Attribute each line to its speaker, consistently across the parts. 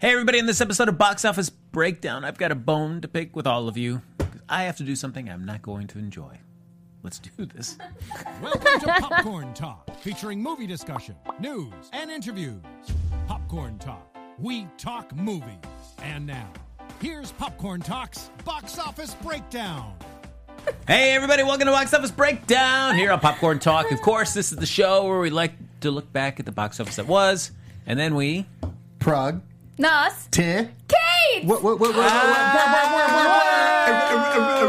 Speaker 1: Hey, everybody, in this episode of Box Office Breakdown, I've got a bone to pick with all of you. 'cause I have to do something I'm not going to enjoy. Let's do this.
Speaker 2: Welcome to Popcorn Talk, featuring movie discussion, news, and interviews. Popcorn Talk, we talk movies. And now, here's Popcorn Talk's box office breakdown.
Speaker 1: Hey, everybody, welcome to Box Office Breakdown here on Popcorn Talk. Of course, this is the show where we like to look back at the box office that was, and then we.
Speaker 3: Prague.
Speaker 4: Nos.
Speaker 3: Te.
Speaker 4: Kate!
Speaker 3: What, what, what, what, what, what, what,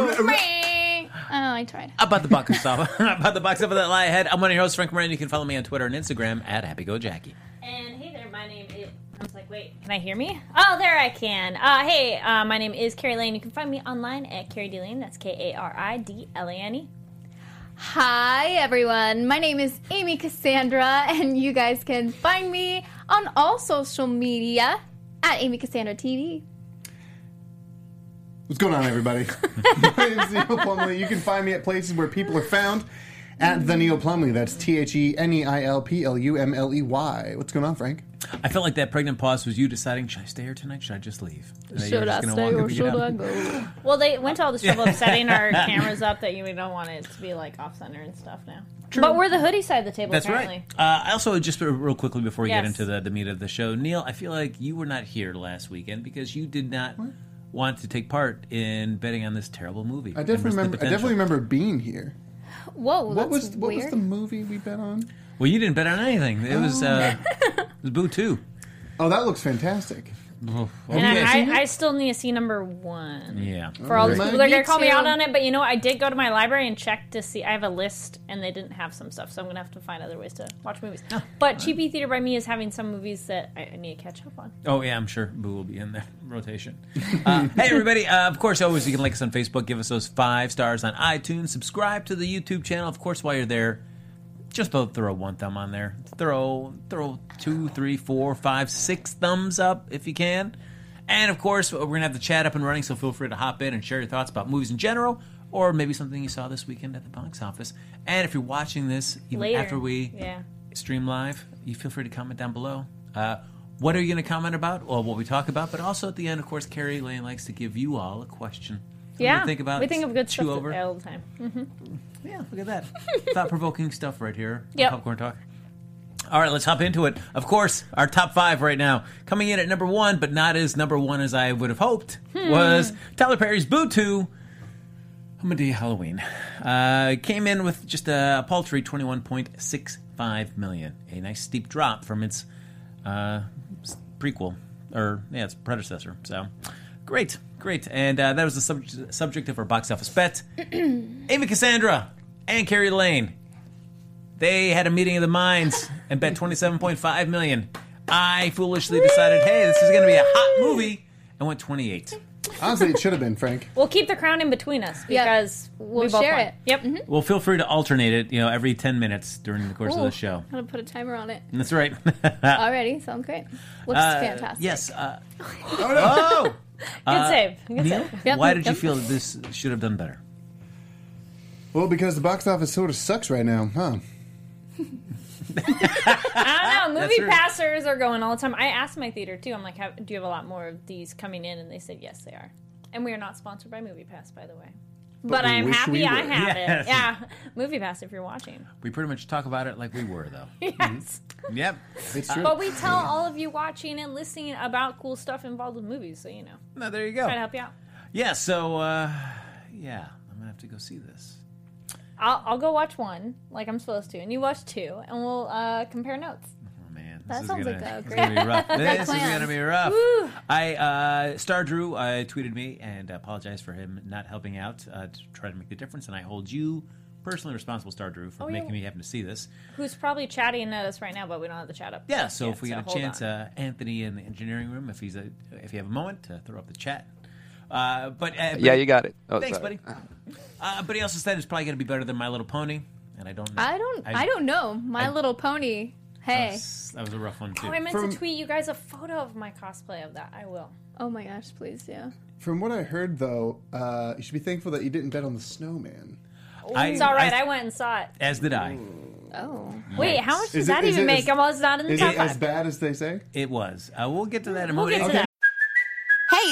Speaker 3: what, what,
Speaker 4: Oh, I tried.
Speaker 1: About the box office, about the box office that lie ahead. I'm one of your hosts, Frank Moran. You can follow me on Twitter and Instagram at HappyGoJackie.
Speaker 5: And hey there, my name is. I was like, wait, can I hear me? Oh, there I can. Uh, hey, uh, my name is Carrie Lane. You can find me online at Carrie D Lane. That's K A R I D L A N E.
Speaker 4: Hi, everyone. My name is Amy Cassandra, and you guys can find me on all social media at Amy Cassandra TV.
Speaker 3: What's going on, everybody? My name's Neil Plumley. You can find me at places where people are found at the Neil Plumley. That's T H E N E I L P L U M L E Y. What's going on, Frank?
Speaker 1: I felt like that pregnant pause was you deciding, should I stay here tonight? Should I just leave? And then you were
Speaker 4: Should
Speaker 1: just
Speaker 4: I
Speaker 1: gonna
Speaker 4: stay
Speaker 1: walk
Speaker 4: or
Speaker 1: and beat
Speaker 4: should
Speaker 1: up.
Speaker 4: I go?
Speaker 5: Well, they went to all this trouble of setting our cameras up that you don't want it to be like off center and stuff now. But we're the hoodie side of the table,
Speaker 1: That's
Speaker 5: apparently.
Speaker 1: right. Uh, I also, just real quickly before we get
Speaker 5: Yes.
Speaker 1: into the, the meat of the show, Neil, I feel like you were not here last weekend because you did not want to take part in betting on this terrible movie.
Speaker 3: I definitely remember. I definitely remember being here.
Speaker 4: Whoa,
Speaker 3: What
Speaker 4: that's
Speaker 3: was what
Speaker 4: weird.
Speaker 3: was the movie we bet on?
Speaker 1: Well, you didn't bet on anything. It was uh, it was Boo Two.
Speaker 3: Oh, that looks fantastic.
Speaker 5: And
Speaker 1: Okay.
Speaker 5: I, I, I still need to see number one.
Speaker 1: yeah.
Speaker 5: For all these
Speaker 3: Right.
Speaker 5: people, they're
Speaker 4: Me
Speaker 5: gonna call me
Speaker 4: too.
Speaker 5: out on it. But you know, what? I did go to my library and check to see. I have a list, and they didn't have some stuff, so I'm gonna have to find other ways to watch movies.
Speaker 1: Oh,
Speaker 5: but Cheapy Theater by Me is having some movies that I, I need to catch up on.
Speaker 1: Oh yeah, I'm sure Boo will be in the rotation. Uh, hey everybody! Uh, of course, always you can like us on Facebook, give us those five stars on iTunes, subscribe to the YouTube channel. Of course, while you're there, just both throw one thumb on there. Throw throw two, three, four, five, six thumbs up if you can. And of course, we're gonna have the chat up and running, so feel free to hop in and share your thoughts about movies in general, or maybe something you saw this weekend at the box office. And if you're watching this even
Speaker 5: Later,
Speaker 1: after we
Speaker 5: yeah,
Speaker 1: stream live, you feel free to comment down below. Uh, what are you going to comment about? Well, what we talk about, but also at the end, of course, Carrie Lane likes to give you all a question. Something
Speaker 5: yeah.
Speaker 1: to think about.
Speaker 5: we think of good
Speaker 1: chew
Speaker 5: stuff
Speaker 1: over.
Speaker 5: all the time.
Speaker 1: Yeah, look at that thought provoking stuff right here.
Speaker 5: Yep.
Speaker 1: popcorn talk. All right, let's hop into it. Of course, our top five right now, coming in at number one, but not as number one as I would have hoped, was Tyler Perry's Boo Two. Hamadi Halloween. Uh, came in with just a paltry 21.65 million, a nice steep drop from its uh, s- prequel, or yeah, its predecessor. So great, great. And uh, that was the sub- subject of our box office bet. Amy Cassandra and Carrie Lane. They had a meeting of the minds and bet 27.5 million. I foolishly decided, hey, this is going to be a hot movie, and went 28.
Speaker 3: Honestly, it should have been Frank.
Speaker 5: We'll keep the crown in between us
Speaker 4: Yeah.
Speaker 5: because
Speaker 4: We'll
Speaker 5: we both
Speaker 4: share
Speaker 5: won.
Speaker 4: it. Mm-hmm.
Speaker 5: Yep.
Speaker 1: Well, feel free to alternate it, you know, every 10 minutes during the course of
Speaker 4: Ooh,
Speaker 1: the show.
Speaker 4: I'm going to put a timer on it.
Speaker 1: That's right.
Speaker 4: Already, sounds great. Looks
Speaker 1: Uh,
Speaker 4: fantastic.
Speaker 1: Yes. Uh,
Speaker 3: Oh, no.
Speaker 1: oh,
Speaker 5: Good save. Good
Speaker 1: Neil,
Speaker 5: save.
Speaker 4: Yep,
Speaker 1: why did you
Speaker 4: yep.
Speaker 1: feel that this should have done better?
Speaker 3: Well, because the box office sort of sucks right now, huh?
Speaker 5: I don't know. Movie
Speaker 1: true.
Speaker 5: passers are going all the time. I asked my theater too. I'm like, have, do you have a lot more of these coming in? And they said, yes, they are. And we are not sponsored by Movie Pass, by the way. But,
Speaker 3: we
Speaker 5: I'm
Speaker 3: wish
Speaker 5: happy
Speaker 3: we
Speaker 5: I
Speaker 3: were.
Speaker 5: have
Speaker 1: Yes.
Speaker 5: it. Yeah, Movie Pass if you're watching.
Speaker 1: We pretty much talk about it like we were, though.
Speaker 5: Yes.
Speaker 1: yep.
Speaker 3: It's true.
Speaker 5: But we tell all of you watching and listening about cool stuff involved with movies, so you know,
Speaker 1: No, there you
Speaker 5: try to
Speaker 1: go.
Speaker 5: help you out.
Speaker 1: Yeah, so, uh, yeah, I'm going to have to go see this.
Speaker 5: I'll, I'll go watch one like I'm supposed to, and you watch two, and we'll uh, compare notes.
Speaker 1: Oh, man, this
Speaker 4: That
Speaker 1: is
Speaker 4: sounds
Speaker 1: gonna,
Speaker 4: like a
Speaker 1: it's
Speaker 4: great-
Speaker 1: gonna be rough. this is
Speaker 4: plan.
Speaker 1: gonna be rough. I uh, Star Drew uh, tweeted me and apologized for him not helping out uh, to try to make the difference, and I hold you personally responsible, Star Drew, for
Speaker 5: Oh, yeah.
Speaker 1: making me happen to see this.
Speaker 5: Who's probably chatting at us right now, but we don't have the chat up.
Speaker 1: Yeah, so if we get a
Speaker 5: hold
Speaker 1: chance,
Speaker 5: on.
Speaker 1: uh, Anthony in the engineering room, if he's a, if you have a moment, uh, throw up the chat. Uh, but uh,
Speaker 6: Yeah, you got it. Oh,
Speaker 1: thanks,
Speaker 6: sorry.
Speaker 1: buddy. Uh, but he also said it's probably gonna be better than My Little Pony, and I don't. Know.
Speaker 4: I don't I, don't know. My
Speaker 1: I-
Speaker 4: Little Pony.
Speaker 5: Eh.
Speaker 4: Hey.
Speaker 1: That was a rough one too.
Speaker 5: Oh, I meant
Speaker 3: From-
Speaker 5: to tweet you guys a photo of my cosplay of that. I will.
Speaker 4: oh my gosh, please, yeah.
Speaker 3: From what I heard, though, uh, you should be thankful that you didn't bet on the snowman.
Speaker 1: I,
Speaker 5: It's all right.
Speaker 1: I-
Speaker 5: I went and saw it.
Speaker 1: as did I.
Speaker 4: Oh.
Speaker 5: Wait, how much does
Speaker 3: Is it-
Speaker 5: that
Speaker 3: is
Speaker 5: even
Speaker 3: it
Speaker 5: make?
Speaker 3: as-
Speaker 5: I'm almost not in the
Speaker 3: Is
Speaker 5: top
Speaker 3: it
Speaker 5: five.
Speaker 3: as bad as they say?
Speaker 1: It was. Uh, we'll get to that in a
Speaker 5: We'll
Speaker 1: moment.
Speaker 5: get to
Speaker 1: It's-
Speaker 5: that.
Speaker 6: Hey,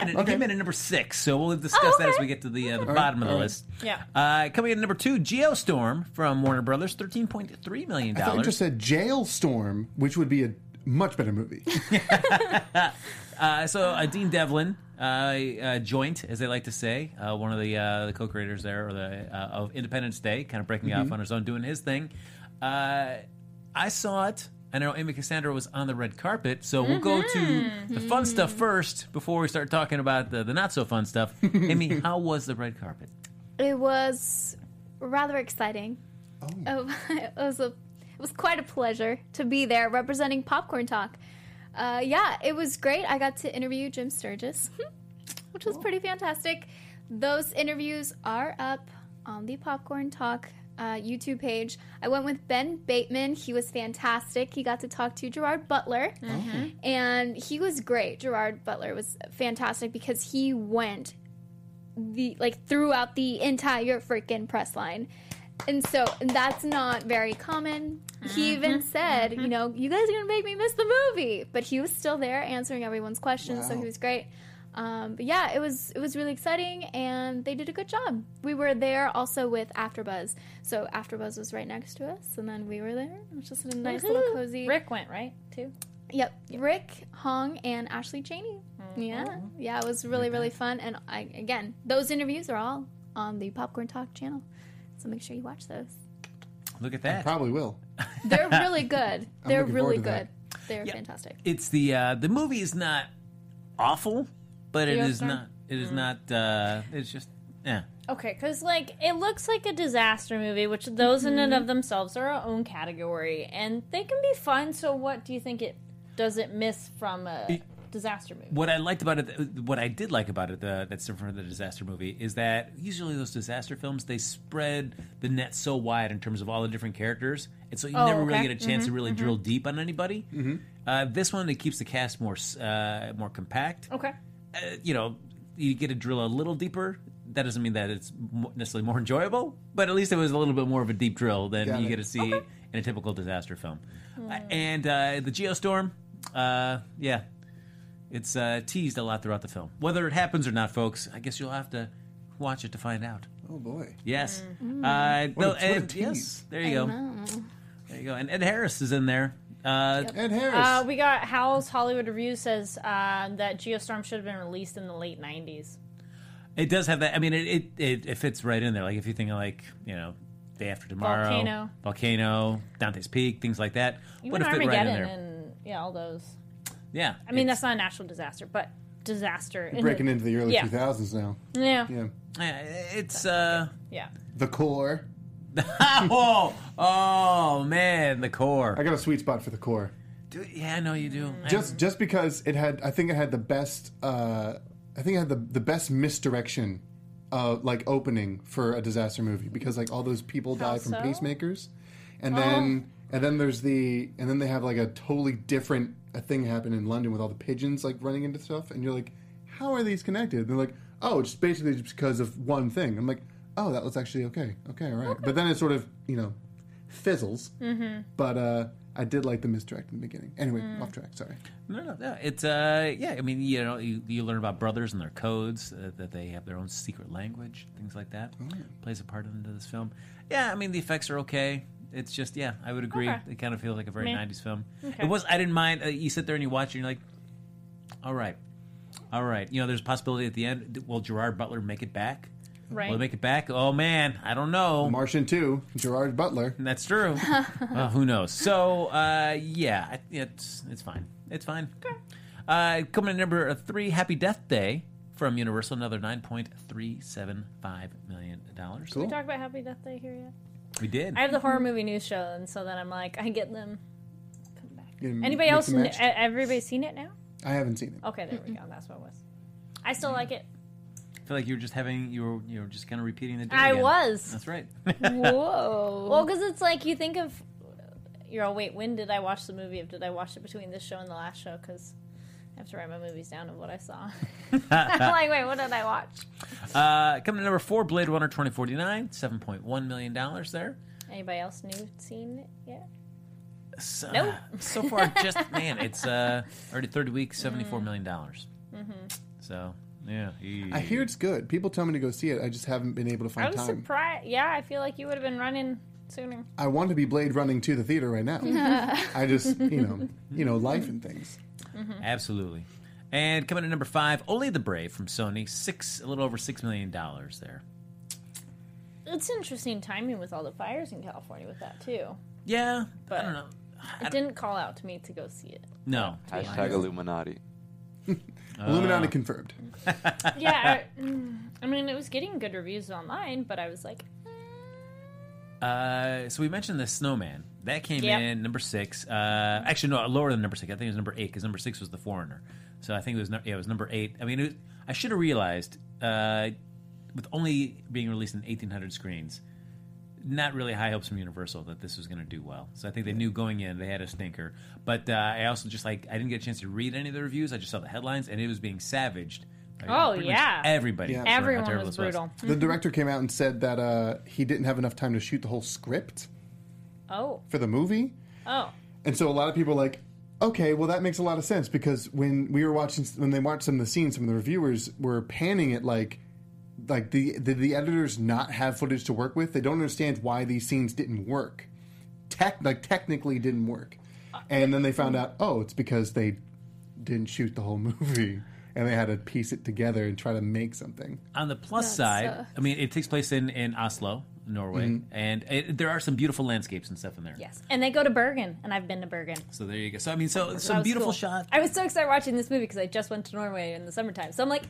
Speaker 1: And it came in at number six, so we'll discuss
Speaker 5: Oh,
Speaker 1: that as we get to the uh, the bottom of the list.
Speaker 5: Yeah.
Speaker 1: Uh, coming in at number two, Geostorm from Warner Brothers, thirteen point three million
Speaker 3: I thought you just
Speaker 1: dollars.
Speaker 3: said Jail Storm, which would be a much better movie.
Speaker 1: Uh, so uh, Dean Devlin, uh, uh, joint as they like to say, uh, one of the uh, the co-creators there, or the uh, of Independence Day, kind of breaking off on his own, doing his thing. Uh, I saw it. I know Amy Cassandra was on the red carpet, so we'll go to the fun stuff first before we start talking about the, the not so fun stuff. Amy, how was the red carpet?
Speaker 4: It was rather exciting. Oh. it was a it was quite a pleasure to be there representing Popcorn Talk. Uh, yeah, it was great. I got to interview Jim Sturgis, which was pretty fantastic. Those interviews are up on the Popcorn Talk uh, YouTube page. I went with Ben Bateman. He was fantastic. He got to talk to Gerard Butler and he was great. Gerard Butler was fantastic because he went the like throughout the entire freaking press line. And so and that's not very common. He even said, you know, you guys are going to make me miss the movie, but he was still there answering everyone's questions, so he was great. Um, but yeah, it was it was really exciting, and they did a good job. We were there also with AfterBuzz, so AfterBuzz was right next to us, and then we were there. It was just a nice little cozy.
Speaker 5: Rick went right too.
Speaker 4: Yep. Rick Hong and Ashley Cheney. Yeah. Yeah, it was really, really fun. And I, again, those interviews are all on the Popcorn Talk channel. So make sure you watch those.
Speaker 1: Look at that.
Speaker 3: Probably will.
Speaker 4: They're really good. They're
Speaker 3: looking forward
Speaker 4: really
Speaker 3: to that.
Speaker 4: good. They're fantastic.
Speaker 1: it's the uh, the movie is not awful, but it
Speaker 4: Yes,
Speaker 1: is
Speaker 4: sir.
Speaker 1: not it is not uh, it's just yeah.
Speaker 5: Okay, because like it looks like a disaster movie, which those in and of themselves are our own category, and they can be fun. So, what do you think it does it miss from a disaster movie?
Speaker 1: What I liked about it, what I did like about it, uh, that's different from the disaster movie, is that usually those disaster films they spread the net so wide in terms of all the different characters, and so you
Speaker 5: Oh,
Speaker 1: never really
Speaker 5: okay. Mm-hmm.
Speaker 1: get a chance to really drill deep on anybody. Uh, this one it keeps the cast more s- uh, more compact.
Speaker 5: Okay,
Speaker 1: uh, you know, you get to drill a little deeper. That doesn't mean that it's mo- necessarily more enjoyable, but at least it was a little bit more of a deep drill than
Speaker 3: Got
Speaker 1: you
Speaker 3: it.
Speaker 1: get to see in a typical disaster film. Uh, and uh, the geostorm, uh, yeah, it's uh, teased a lot throughout the film. Whether it happens or not, folks, I guess you'll have to watch it to find out.
Speaker 3: Oh boy.
Speaker 1: Yes. Uh, no,
Speaker 3: What a- what a
Speaker 1: and-
Speaker 3: tease.
Speaker 1: yes. There you go.
Speaker 4: Mm-hmm.
Speaker 1: There you go. And Ed Harris is in there. Uh,
Speaker 3: Ed Harris.
Speaker 5: uh, we got Howl's Hollywood Review says um, that Geostorm should have been released in the late '90s.
Speaker 1: It does have that. I mean, it it, it, it fits right in there. Like if you think of like you know, day after tomorrow,
Speaker 5: Volcano.
Speaker 1: volcano, Dante's Peak, things like that.
Speaker 5: Even
Speaker 1: Would have fit right in
Speaker 5: Armageddon
Speaker 1: there.
Speaker 5: and yeah, all those.
Speaker 1: yeah,
Speaker 5: I mean, that's not a natural disaster, but disaster. in the-
Speaker 3: Breaking into the early
Speaker 5: yeah.
Speaker 3: 2000s now.
Speaker 5: Yeah,
Speaker 3: Yeah.
Speaker 1: that's it's uh
Speaker 5: yeah.
Speaker 3: The Core.
Speaker 1: oh oh man, the core.
Speaker 3: I got a sweet spot for The Core.
Speaker 1: Dude, yeah, I know you do. I-
Speaker 3: Just just because it had, I think it had the best, uh, I think it had the, the best misdirection, uh, like opening for a disaster movie because like all those people die from
Speaker 5: so?
Speaker 3: pacemakers, and then and then there's the and then they have like a totally different uh thing happen in London with all the pigeons like running into stuff, and you're like, how are these connected? they're like, oh, it's basically just because of one thing. I'm like, oh, that was actually okay, okay, all right. But then it sort of you know fizzles, mm-hmm. but. uh I did like the misdirect in the beginning. Anyway, off track. Sorry.
Speaker 1: no, no, no. It's uh yeah. I mean, you know, you, you learn about brothers and their codes uh, that they have their own secret language, things like that. Plays a part into this film. Yeah, I mean, the effects are okay. It's just yeah, I would agree.
Speaker 5: Okay.
Speaker 1: It kind of feels like a very
Speaker 5: Meh.
Speaker 1: '90s film.
Speaker 5: Okay.
Speaker 1: It was. I didn't mind. Uh, you sit there and you watch, it and you're like, all right, all right. You know, there's a possibility at the end. Will Gerard Butler make it back?
Speaker 5: Right.
Speaker 1: Will they make it back? Oh man, I don't know.
Speaker 3: Martian 2, Gerard Butler.
Speaker 1: That's true. Uh, who knows? So uh, yeah, I- it's it's fine. It's fine. Uh, coming in number three, Happy Death Day from Universal, another nine point three seven five million dollars.
Speaker 3: Cool. Mm-hmm.
Speaker 5: Talk about Happy Death Day here yet?
Speaker 1: We did.
Speaker 5: I have the horror movie news show, and so then I'm like, I get them.
Speaker 3: You know,
Speaker 5: Anybody
Speaker 3: mix
Speaker 5: else?
Speaker 3: and
Speaker 5: kn-
Speaker 3: Mm-hmm. match.
Speaker 5: e- Everybody seen it now?
Speaker 3: I haven't seen it.
Speaker 5: Okay, there we go. That's what it was. I still like it.
Speaker 1: feel like you were just having you were you were just kind of repeating the. day
Speaker 5: I
Speaker 1: again.
Speaker 5: was.
Speaker 1: That's right.
Speaker 4: Whoa.
Speaker 5: Well, because it's like you think of, you're all wait, when did I watch the movie? If did I watch it between this show and the last show? Because I have to write my movies down of what I saw. I'm
Speaker 3: Ah.
Speaker 5: like, wait, what did I watch?
Speaker 1: uh, coming to number four, Blade Runner twenty forty nine, seven point one million dollars there.
Speaker 5: Anybody else new seen it yet?
Speaker 1: So, uh, so far, just man, it's uh, already third week, seventy four million dollars.
Speaker 5: Mm-hmm.
Speaker 1: So yeah,
Speaker 3: I hear it's good. People tell me to go see it. I just haven't been able to
Speaker 5: I
Speaker 3: find
Speaker 5: was
Speaker 3: time.
Speaker 5: surprised. Yeah, I feel like you would have been running sooner.
Speaker 3: I want to be Blade running to the theater right now. I just, you know, you know, life and things.
Speaker 1: absolutely. And coming in number five, Only the Brave from Sony, six a little over six million dollars there.
Speaker 5: It's interesting timing with all the fires in California with that too.
Speaker 1: Yeah,
Speaker 5: But-
Speaker 1: I don't know.
Speaker 5: It didn't call out to me to go see it.
Speaker 1: No,
Speaker 7: Hashtag Illuminati.
Speaker 3: Illuminati confirmed.
Speaker 5: Yeah, I, mm, I mean it was getting good reviews online, but I was like,
Speaker 1: Uh, so we mentioned the snowman that came
Speaker 5: Yep.
Speaker 1: in number six. Uh, actually, no, lower than number six. I think it was number eight because number six was the foreigner. So I think it was nu- yeah, it was number eight. I mean, it, I should have realized uh, with only being released in eighteen hundred screens, not really high hopes from Universal that this was going to do well. So I think they knew going in they had a stinker. But uh, I also just like I didn't get a chance to read any of the reviews. I just saw the headlines and it was being savaged. by
Speaker 5: Oh,
Speaker 1: pretty much
Speaker 5: yeah.
Speaker 1: everybody.
Speaker 3: Yeah.
Speaker 1: for how
Speaker 5: everyone
Speaker 1: terrible
Speaker 5: was
Speaker 1: this was.
Speaker 5: brutal.
Speaker 3: The director came out and said that uh, he didn't have enough time to shoot the whole script
Speaker 5: Oh,
Speaker 3: for the movie,
Speaker 5: oh,
Speaker 3: and so a lot of people were like, okay, well that makes a lot of sense because when we were watching, when they watched some of the scenes, some of the reviewers were panning it like, like the the, the editors not have footage to work with. They don't understand why these scenes didn't work, tech like technically didn't work, and then they found out, oh, it's because they didn't shoot the whole movie. And they had to piece it together and try to make something.
Speaker 1: on the plus
Speaker 4: That
Speaker 1: side,
Speaker 4: sucks.
Speaker 1: I mean, it takes place in, in Oslo, Norway, and it, there are some beautiful landscapes and stuff in there.
Speaker 5: yes. And they go to Bergen, and I've been to Bergen.
Speaker 1: So there you go. So I mean, so
Speaker 5: That
Speaker 1: some
Speaker 5: was
Speaker 1: beautiful
Speaker 5: cool.
Speaker 1: shot.
Speaker 5: I was so excited watching this movie because I just went to Norway in the summertime, so I'm like.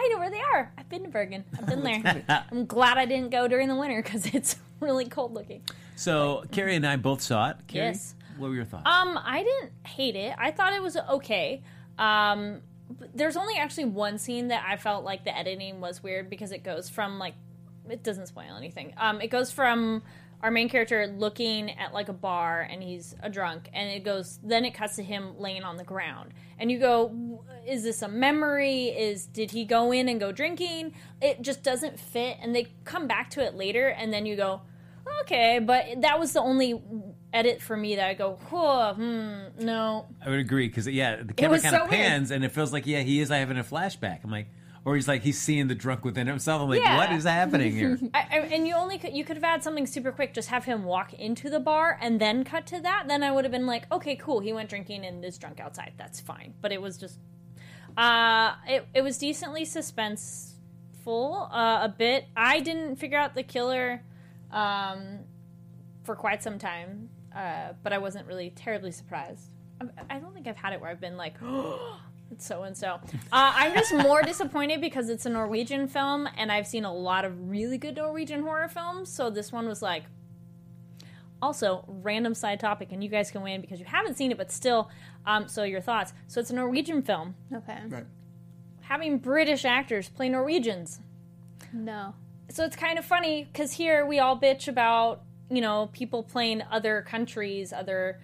Speaker 5: I know where they are. I've been to Bergen. I've been there. I'm glad I didn't go during the winter because it's really cold looking.
Speaker 1: So Carrie and I both saw it. Carrie,
Speaker 5: Yes.
Speaker 1: What were your thoughts?
Speaker 5: Um, I didn't hate it. I thought it was okay. Um, but there's only actually one scene that I felt like the editing was weird because it goes from like it doesn't spoil anything. Um, it goes from our main character looking at like a bar and he's a drunk, and it goes then it cuts to him laying on the ground, and you go, "W- is this a memory? Is did he go in and go drinking? It just doesn't fit, and they come back to it later, and then you go. Okay, but that was the only edit for me that I go, "Whoa, hmm, no,
Speaker 1: I would agree because yeah, the camera
Speaker 5: was
Speaker 1: kind of
Speaker 5: so weird.
Speaker 1: pans and it feels like yeah, he is having a flashback. I'm like, or he's like he's seeing the drunk within himself. I'm like,
Speaker 5: Yeah.
Speaker 1: what is happening here?
Speaker 5: I, I, and you only could, you could have had something super quick. Just have him walk into the bar and then cut to that. Then I would have been like, okay, cool. He went drinking and is drunk outside. That's fine. But it was just, uh, it it was decently suspenseful uh, a bit. I didn't figure out the killer, um, for quite some time. Uh, but I wasn't really terribly surprised. I, I don't think I've had it where I've been like. It's so and so. Uh, I'm just more disappointed because it's a Norwegian film, and I've seen a lot of really good Norwegian horror films. So this one was like, also random side topic, and you guys can win because you haven't seen it, but still. Um, so your thoughts. So it's a Norwegian film.
Speaker 4: okay.
Speaker 3: Right.
Speaker 5: Having British actors play Norwegians
Speaker 4: No.
Speaker 5: so it's kind of funny because here we all bitch about you know people playing other countries other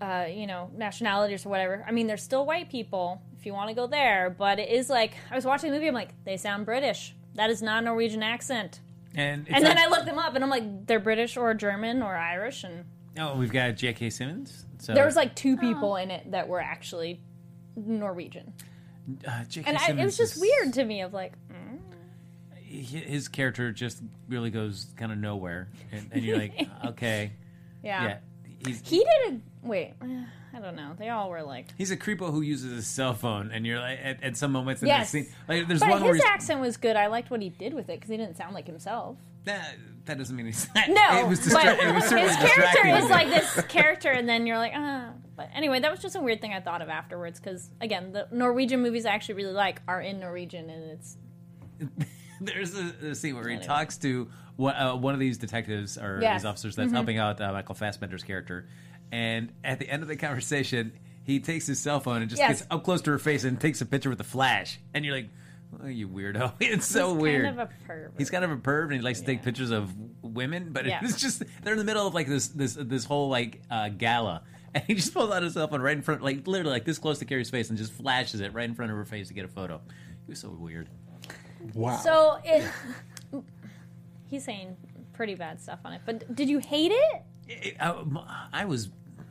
Speaker 5: uh, you know nationalities or whatever i mean there's still white people if you want to go there but it is like i was watching the movie i'm like they sound british that is not a norwegian accent
Speaker 1: And, it's
Speaker 5: and then
Speaker 1: like-
Speaker 5: i looked them up and i'm like they're british or german or irish and
Speaker 1: oh, we've got J.K. Simmons. So
Speaker 5: there was like two people in it that were actually norwegian
Speaker 1: uh, J.K.
Speaker 5: and I,
Speaker 1: Simmons
Speaker 5: it was just
Speaker 1: is-
Speaker 5: weird to me of like mm,
Speaker 1: He- His character just really goes kind of nowhere, and, and you're like, okay, yeah, he's
Speaker 5: he did a wait i don't know they all were like
Speaker 1: He's a creepo who uses his cell phone, and you're like, at, at some moments in
Speaker 5: Yes.
Speaker 1: that scene, like, there's
Speaker 5: But
Speaker 1: one where
Speaker 5: his
Speaker 1: he's,
Speaker 5: accent was good. I liked what he did with it because he didn't sound like himself.
Speaker 1: that, that doesn't mean he's
Speaker 5: No,
Speaker 1: It was, distra-
Speaker 5: but
Speaker 1: it was certainly
Speaker 5: his character
Speaker 1: distracting.
Speaker 5: is like this character, and then you're like, ah. But anyway, that was just a weird thing I thought of afterwards because again, the Norwegian movies I actually really like are in Norwegian, and it's
Speaker 1: There's a, a scene where he talks to one, uh, one of these detectives or
Speaker 5: Yes. Mm-hmm.
Speaker 1: these officers that's helping out uh, Michael Fassbender's character, and at the end of the conversation, he takes his cell phone and just
Speaker 5: Yes.
Speaker 1: gets up close to her face and takes a picture with a flash, and you're like, oh, "You weirdo!" It's so
Speaker 5: He's
Speaker 1: weird.
Speaker 5: Kind of a pervert.
Speaker 1: He's kind of a perv and he likes to take pictures of women, but
Speaker 5: Yeah.
Speaker 1: it's just they're in the middle of like this this this whole like uh, gala, and he just pulls out his cell phone right in front, like literally like this close to Carrie's face, and just flashes it right in front of her face to get a photo. It was so weird.
Speaker 3: Wow.
Speaker 5: So it, he's saying pretty bad stuff on it. But did you hate it?
Speaker 1: It- I, m- I was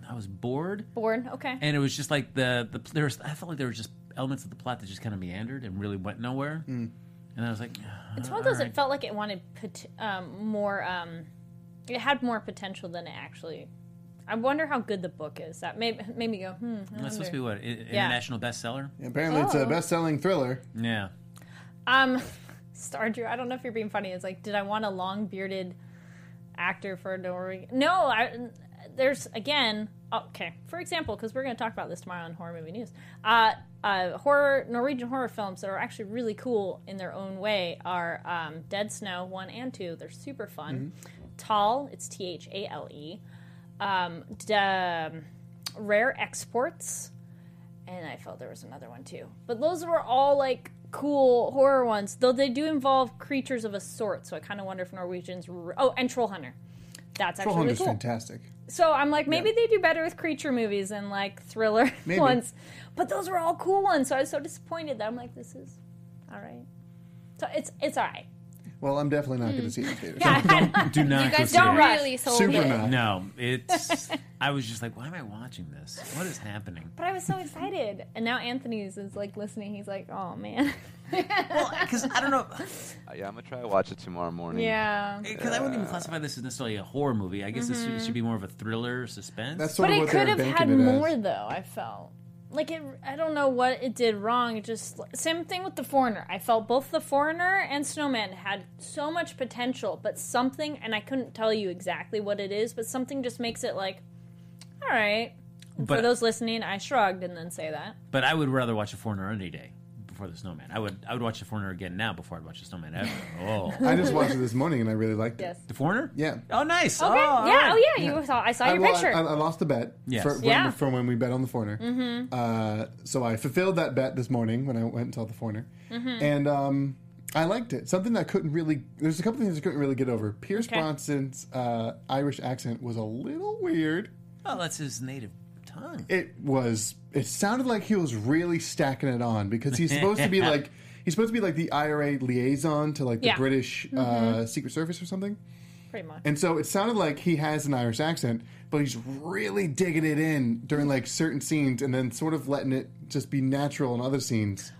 Speaker 1: I was bored,
Speaker 5: Bored. Okay.
Speaker 1: and it was just like the the there was, I felt like there was just elements of the plot that just kind of meandered and really went nowhere. And I was like,
Speaker 5: it's one of those. It felt like it wanted pot- um, more. Um, it had more potential than it actually. I wonder how good the book is. That made made me go. Hmm. I
Speaker 1: that's supposed to be
Speaker 5: wonder."
Speaker 1: what i- international bestseller?
Speaker 3: Apparently,
Speaker 5: oh.
Speaker 3: it's a best-selling thriller.
Speaker 1: Yeah.
Speaker 5: Um, Stardew. I don't know if you're being funny. It's like, did I want a long bearded actor for Norwegian? No. I, there's again. oh, Okay. For example, because we're going to talk about this tomorrow on horror movie news. Uh, uh, horror Norwegian horror films that are actually really cool in their own way are um, Dead Snow one and two. They're super fun. Tall. It's T H A L E. Um, d- um, rare exports and I felt there was another one too. But those were all like cool horror ones, though they do involve creatures of a sort. So I kind of wonder if Norwegians. Re- oh, and Troll Hunter. That's actually
Speaker 3: Troll
Speaker 5: really
Speaker 3: Hunter's
Speaker 5: cool.
Speaker 3: fantastic.
Speaker 5: So I'm like, maybe they do better with creature movies and like thriller
Speaker 3: Maybe.
Speaker 5: ones. But those were all cool ones. So I was so disappointed that I'm like, this is all right. So it's it's all right.
Speaker 3: Well, I'm definitely not
Speaker 5: Hmm.
Speaker 3: going to see it in theaters.
Speaker 1: Do not
Speaker 4: You guys
Speaker 1: consider
Speaker 4: don't
Speaker 1: it.
Speaker 5: rush.
Speaker 4: really sold
Speaker 3: Super
Speaker 4: it.
Speaker 3: not.
Speaker 1: No, it's. I was just like, why am I watching this? What is happening?
Speaker 5: But I was so excited, and now Anthony's is like listening. He's like, oh man,
Speaker 1: Because I don't know.
Speaker 7: Uh, yeah, I'm gonna try to watch it tomorrow morning.
Speaker 5: yeah.
Speaker 1: Because I wouldn't even classify this as necessarily a horror movie. I guess this should- should be more of a thriller suspense.
Speaker 3: That's sort
Speaker 5: But
Speaker 3: of
Speaker 5: it
Speaker 3: what
Speaker 5: could
Speaker 3: they're
Speaker 5: have
Speaker 3: banking
Speaker 5: had
Speaker 3: it
Speaker 5: more,
Speaker 3: as.
Speaker 5: though. I felt like it. I don't know what it did wrong. It just same thing with the foreigner. I felt both the foreigner and Snowman had so much potential, but something, and I couldn't tell you exactly what it is, but something just makes it like, all right. And
Speaker 1: But-
Speaker 5: for those listening, I shrugged and then say that.
Speaker 1: But I would rather watch a foreigner any day before the Snowman. I would. I would watch the foreigner again now before I'd watch the Snowman ever. Oh,
Speaker 3: I just watched it this morning and I really liked it.
Speaker 5: Yes.
Speaker 1: the foreigner.
Speaker 3: Yeah.
Speaker 1: Oh, nice.
Speaker 5: Okay.
Speaker 1: Oh, all
Speaker 5: yeah.
Speaker 1: right.
Speaker 5: Oh yeah. You saw. I saw your
Speaker 3: well,
Speaker 5: picture.
Speaker 3: I, I lost a bet
Speaker 1: Yes.
Speaker 3: for, when,
Speaker 5: Yeah. Mm-hmm.
Speaker 3: for when we bet on the foreigner. Uh, so I fulfilled that bet this morning when I went and saw the foreigner,
Speaker 5: Mm-hmm.
Speaker 3: and um, I liked it. Something that I couldn't really there's a couple things I couldn't really get over. Pierce Bronson's uh, Irish accent was a little weird.
Speaker 1: Oh, that's his native tongue.
Speaker 3: It was. It sounded like he was really stacking it on because he's supposed to be like he's supposed to be like the IRA liaison to like the
Speaker 5: Yeah. Mm-hmm.
Speaker 3: British uh, Secret Service or something.
Speaker 5: pretty much.
Speaker 3: And so it sounded like he has an Irish accent, but he's really digging it in during like certain scenes and then sort of letting it just be natural in other scenes.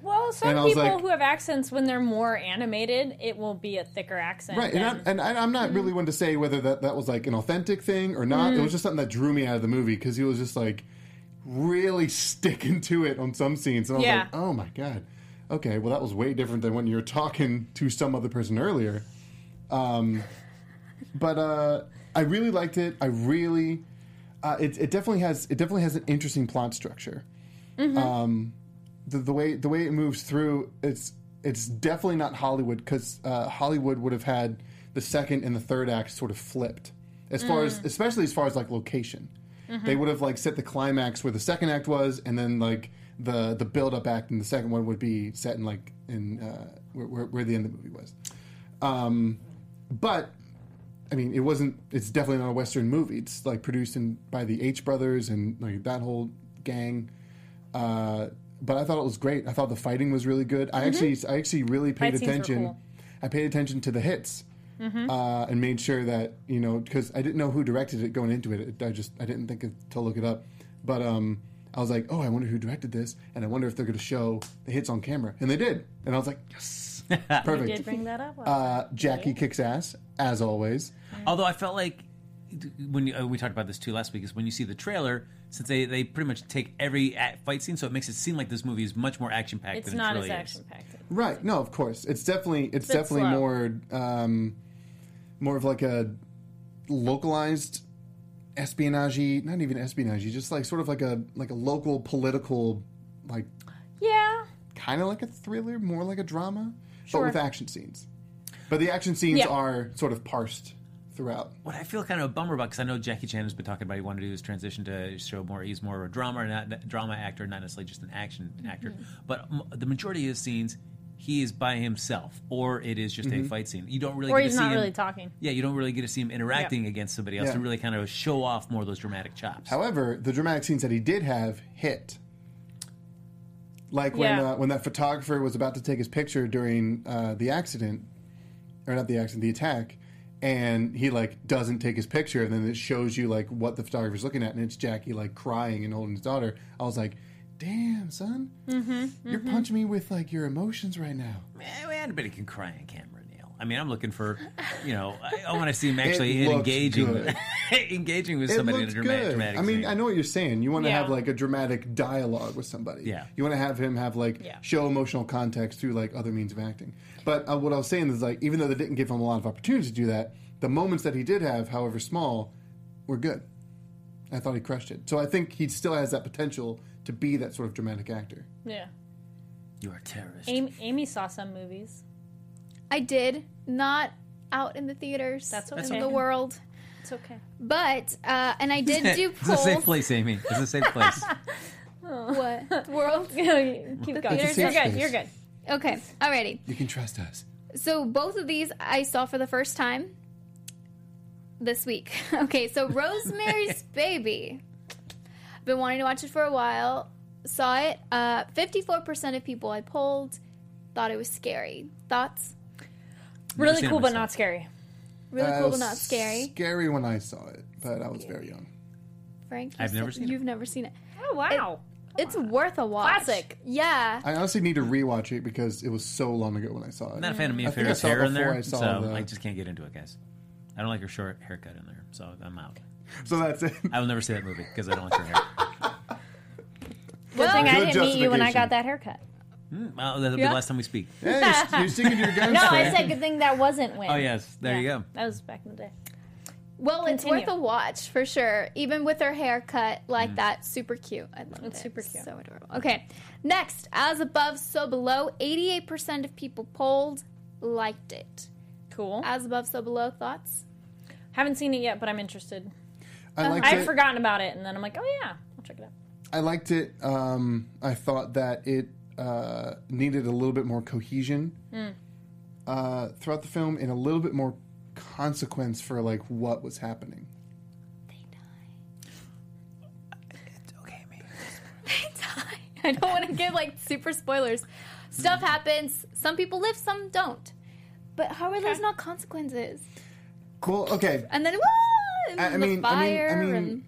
Speaker 5: Well, some
Speaker 3: and I was
Speaker 5: people
Speaker 3: like-
Speaker 5: who have accents when they're more animated, it will be a thicker accent.
Speaker 3: Right.
Speaker 5: than-
Speaker 3: And, I'm, and I- I'm not really one to say whether that, that was like an authentic thing or not. It was just something that drew me out of the movie because he was just like really sticking to it on some scenes. And I was
Speaker 5: Yeah.
Speaker 3: like, oh my God. Okay. Well, that was way different than when you were talking to some other person earlier. Um, but uh, I really liked it. I really. Uh, it, it definitely has it definitely has an interesting plot structure. the, the way the way it moves through it's it's definitely not Hollywood because uh, Hollywood would have had the second and the third act sort of flipped as far as especially as far as like location they would have like set the climax where the second act was and then like the the build up act and the second one would be set in like in uh, where, where, where the end of the movie was um, but I mean it wasn't it's definitely not a western movie it's like produced in, by the H brothers and like that whole gang uh, but I thought it was great. I thought the fighting was really good. I actually, I actually really paid
Speaker 5: Mm-hmm. Fight scenes were
Speaker 3: attention.
Speaker 5: cool. Mm-hmm.
Speaker 3: I paid attention to the hits uh, and made sure that you know because I didn't know who directed it going into it. I just I didn't think of, to look it up, but um, I was like, oh, I wonder who directed this, and I wonder if they're going to show the hits on camera, and they did, and I was like, yes,
Speaker 5: You did
Speaker 3: perfect.
Speaker 5: bring that up.
Speaker 3: Uh, Jackie kicks ass as always.
Speaker 1: Although I felt like when you, uh, we talked about this too last week is when you see the trailer, since they, they pretty much take every a- fight scene, so it makes it seem like this movie is much more action packed
Speaker 5: it's
Speaker 1: than
Speaker 5: not
Speaker 1: it
Speaker 5: as
Speaker 1: really
Speaker 5: action
Speaker 1: is.
Speaker 5: packed.
Speaker 3: Right. No, of course. It's definitely it's
Speaker 5: bit
Speaker 3: definitely
Speaker 5: slow.
Speaker 3: more um, more of like a localized espionage, not even espionage, just like sort of like a like a local political like
Speaker 5: Yeah.
Speaker 3: kind of like a thriller, more like a drama,
Speaker 5: Sure.
Speaker 3: but with action scenes. But the action scenes
Speaker 5: Yeah.
Speaker 3: are sort of parsed throughout.
Speaker 1: What I feel kind of a bummer about, because I know Jackie Chan has been talking about he wanted to do his transition to show more. He's more of a drama, not drama actor, not necessarily just an action
Speaker 5: Mm-hmm.
Speaker 1: actor. But um, the majority of his scenes, he is by himself, or it is just
Speaker 3: Mm-hmm.
Speaker 1: a fight scene. You don't really
Speaker 5: Or
Speaker 1: get
Speaker 5: he's
Speaker 1: to see
Speaker 5: not
Speaker 1: him-
Speaker 5: really talking.
Speaker 1: Yeah, you don't really get to see him interacting against somebody else
Speaker 3: Yeah.
Speaker 1: to really kind of show off more of those dramatic chops.
Speaker 3: However, the dramatic scenes that he did have hit. Like when
Speaker 5: Yeah.
Speaker 3: uh, when that photographer was about to take his picture during uh, the accident, or not the accident, the attack, and he like doesn't take his picture, and then it shows you like what the photographer's looking at, and it's Jackie like crying and holding his daughter. I was like, "Damn, son, you're punching me with like your emotions right now."
Speaker 1: Eh, well, anybody can cry on camera, Neil. I mean, I'm looking for, you know, I, I want to see him actually
Speaker 3: It looked
Speaker 1: engaging,
Speaker 3: good.
Speaker 1: engaging with
Speaker 3: It
Speaker 1: somebody in a
Speaker 3: looked
Speaker 1: dramatic,
Speaker 3: good.
Speaker 1: dramatic
Speaker 3: I mean,
Speaker 1: scene.
Speaker 3: I know what you're saying. You want to
Speaker 5: Yeah.
Speaker 3: have like a dramatic dialogue with somebody.
Speaker 1: Yeah.
Speaker 3: You want to have him have like
Speaker 5: Yeah.
Speaker 3: show emotional context through like other means of acting. But uh, what I was saying is like, even though they didn't give him a lot of opportunities to do that, the moments that he did have, however small, were good. I thought he crushed it. So I think he still has that potential to be that sort of dramatic actor.
Speaker 5: Yeah.
Speaker 1: You're a terrorist.
Speaker 5: Amy, Amy saw some movies.
Speaker 4: I did not out in the theaters.
Speaker 5: That's
Speaker 4: in
Speaker 5: okay.
Speaker 4: the world.
Speaker 5: It's okay.
Speaker 4: But uh, and I did do
Speaker 1: it's a safe
Speaker 4: polls.
Speaker 1: place, Amy. It's a safe place.
Speaker 4: What world?
Speaker 5: Keep going.
Speaker 4: theaters
Speaker 5: You're
Speaker 4: are-
Speaker 5: good. You're good.
Speaker 4: Okay, alrighty.
Speaker 3: You can trust us.
Speaker 4: So both of these I saw for the first time this week. Okay, so Rosemary's Baby. Been wanting to watch it for a while. Saw it. Uh, 54% of people I polled thought it was scary. Thoughts?
Speaker 5: Really
Speaker 1: seen it
Speaker 5: cool, but
Speaker 1: myself.
Speaker 5: not scary.
Speaker 4: Really
Speaker 3: Uh,
Speaker 4: cool, but not scary.
Speaker 3: Scary when I saw it, but I was very young.
Speaker 4: Frank, you
Speaker 1: I've never
Speaker 4: said
Speaker 1: seen it.
Speaker 4: You've never seen it.
Speaker 5: Oh wow.
Speaker 4: It's worth a watch.
Speaker 5: Classic.
Speaker 4: Yeah.
Speaker 3: I honestly need to rewatch it because it was so long ago when I saw it.
Speaker 1: I'm not a fan of Mia
Speaker 3: I think I
Speaker 1: Farrow's
Speaker 3: saw it
Speaker 1: hair in
Speaker 3: before I
Speaker 1: there,
Speaker 3: saw
Speaker 1: so
Speaker 3: the-
Speaker 1: I just can't get into it, guys. I don't like her short haircut in there, so I'm out.
Speaker 3: So that's it.
Speaker 1: I will never see that movie because I don't like her hair.
Speaker 5: Good thing I
Speaker 3: Good
Speaker 5: didn't meet you when
Speaker 3: justification.
Speaker 5: I got that haircut.
Speaker 1: Well, that'll be
Speaker 4: Yeah.
Speaker 1: the last time we speak.
Speaker 3: Yeah, you're, you're sticking to your guns.
Speaker 5: No, I
Speaker 3: Frank.
Speaker 5: said good thing that wasn't when.
Speaker 1: Oh yes, there you go.
Speaker 5: That was back in the day.
Speaker 4: Well, it's
Speaker 5: Continue.
Speaker 4: worth a watch for sure. Even with her haircut like
Speaker 3: Mm.
Speaker 4: that, super cute. I love
Speaker 5: It's
Speaker 4: it.
Speaker 5: super cute.
Speaker 4: So adorable. Okay, next, as above, so below. Eighty-eight percent of people polled liked it.
Speaker 5: Cool.
Speaker 4: As above, so below. Thoughts?
Speaker 5: Haven't seen it yet, but I'm interested.
Speaker 3: I liked
Speaker 5: I'd
Speaker 3: it.
Speaker 5: forgotten about it, and then I'm like, oh yeah, I'll check it out.
Speaker 3: I liked it. Um, I thought that it uh, needed a little bit more cohesion
Speaker 5: Hmm.
Speaker 3: uh, throughout the film and a little bit more consequence for like what was happening.
Speaker 4: I don't want to give like super spoilers. Stuff happens. Some people live, some don't. But how are those not consequences?
Speaker 3: Cool. Okay.
Speaker 4: And then, whoa, and
Speaker 3: I- I
Speaker 4: the
Speaker 3: mean- I mean- I
Speaker 4: fire.
Speaker 3: mean,
Speaker 4: and,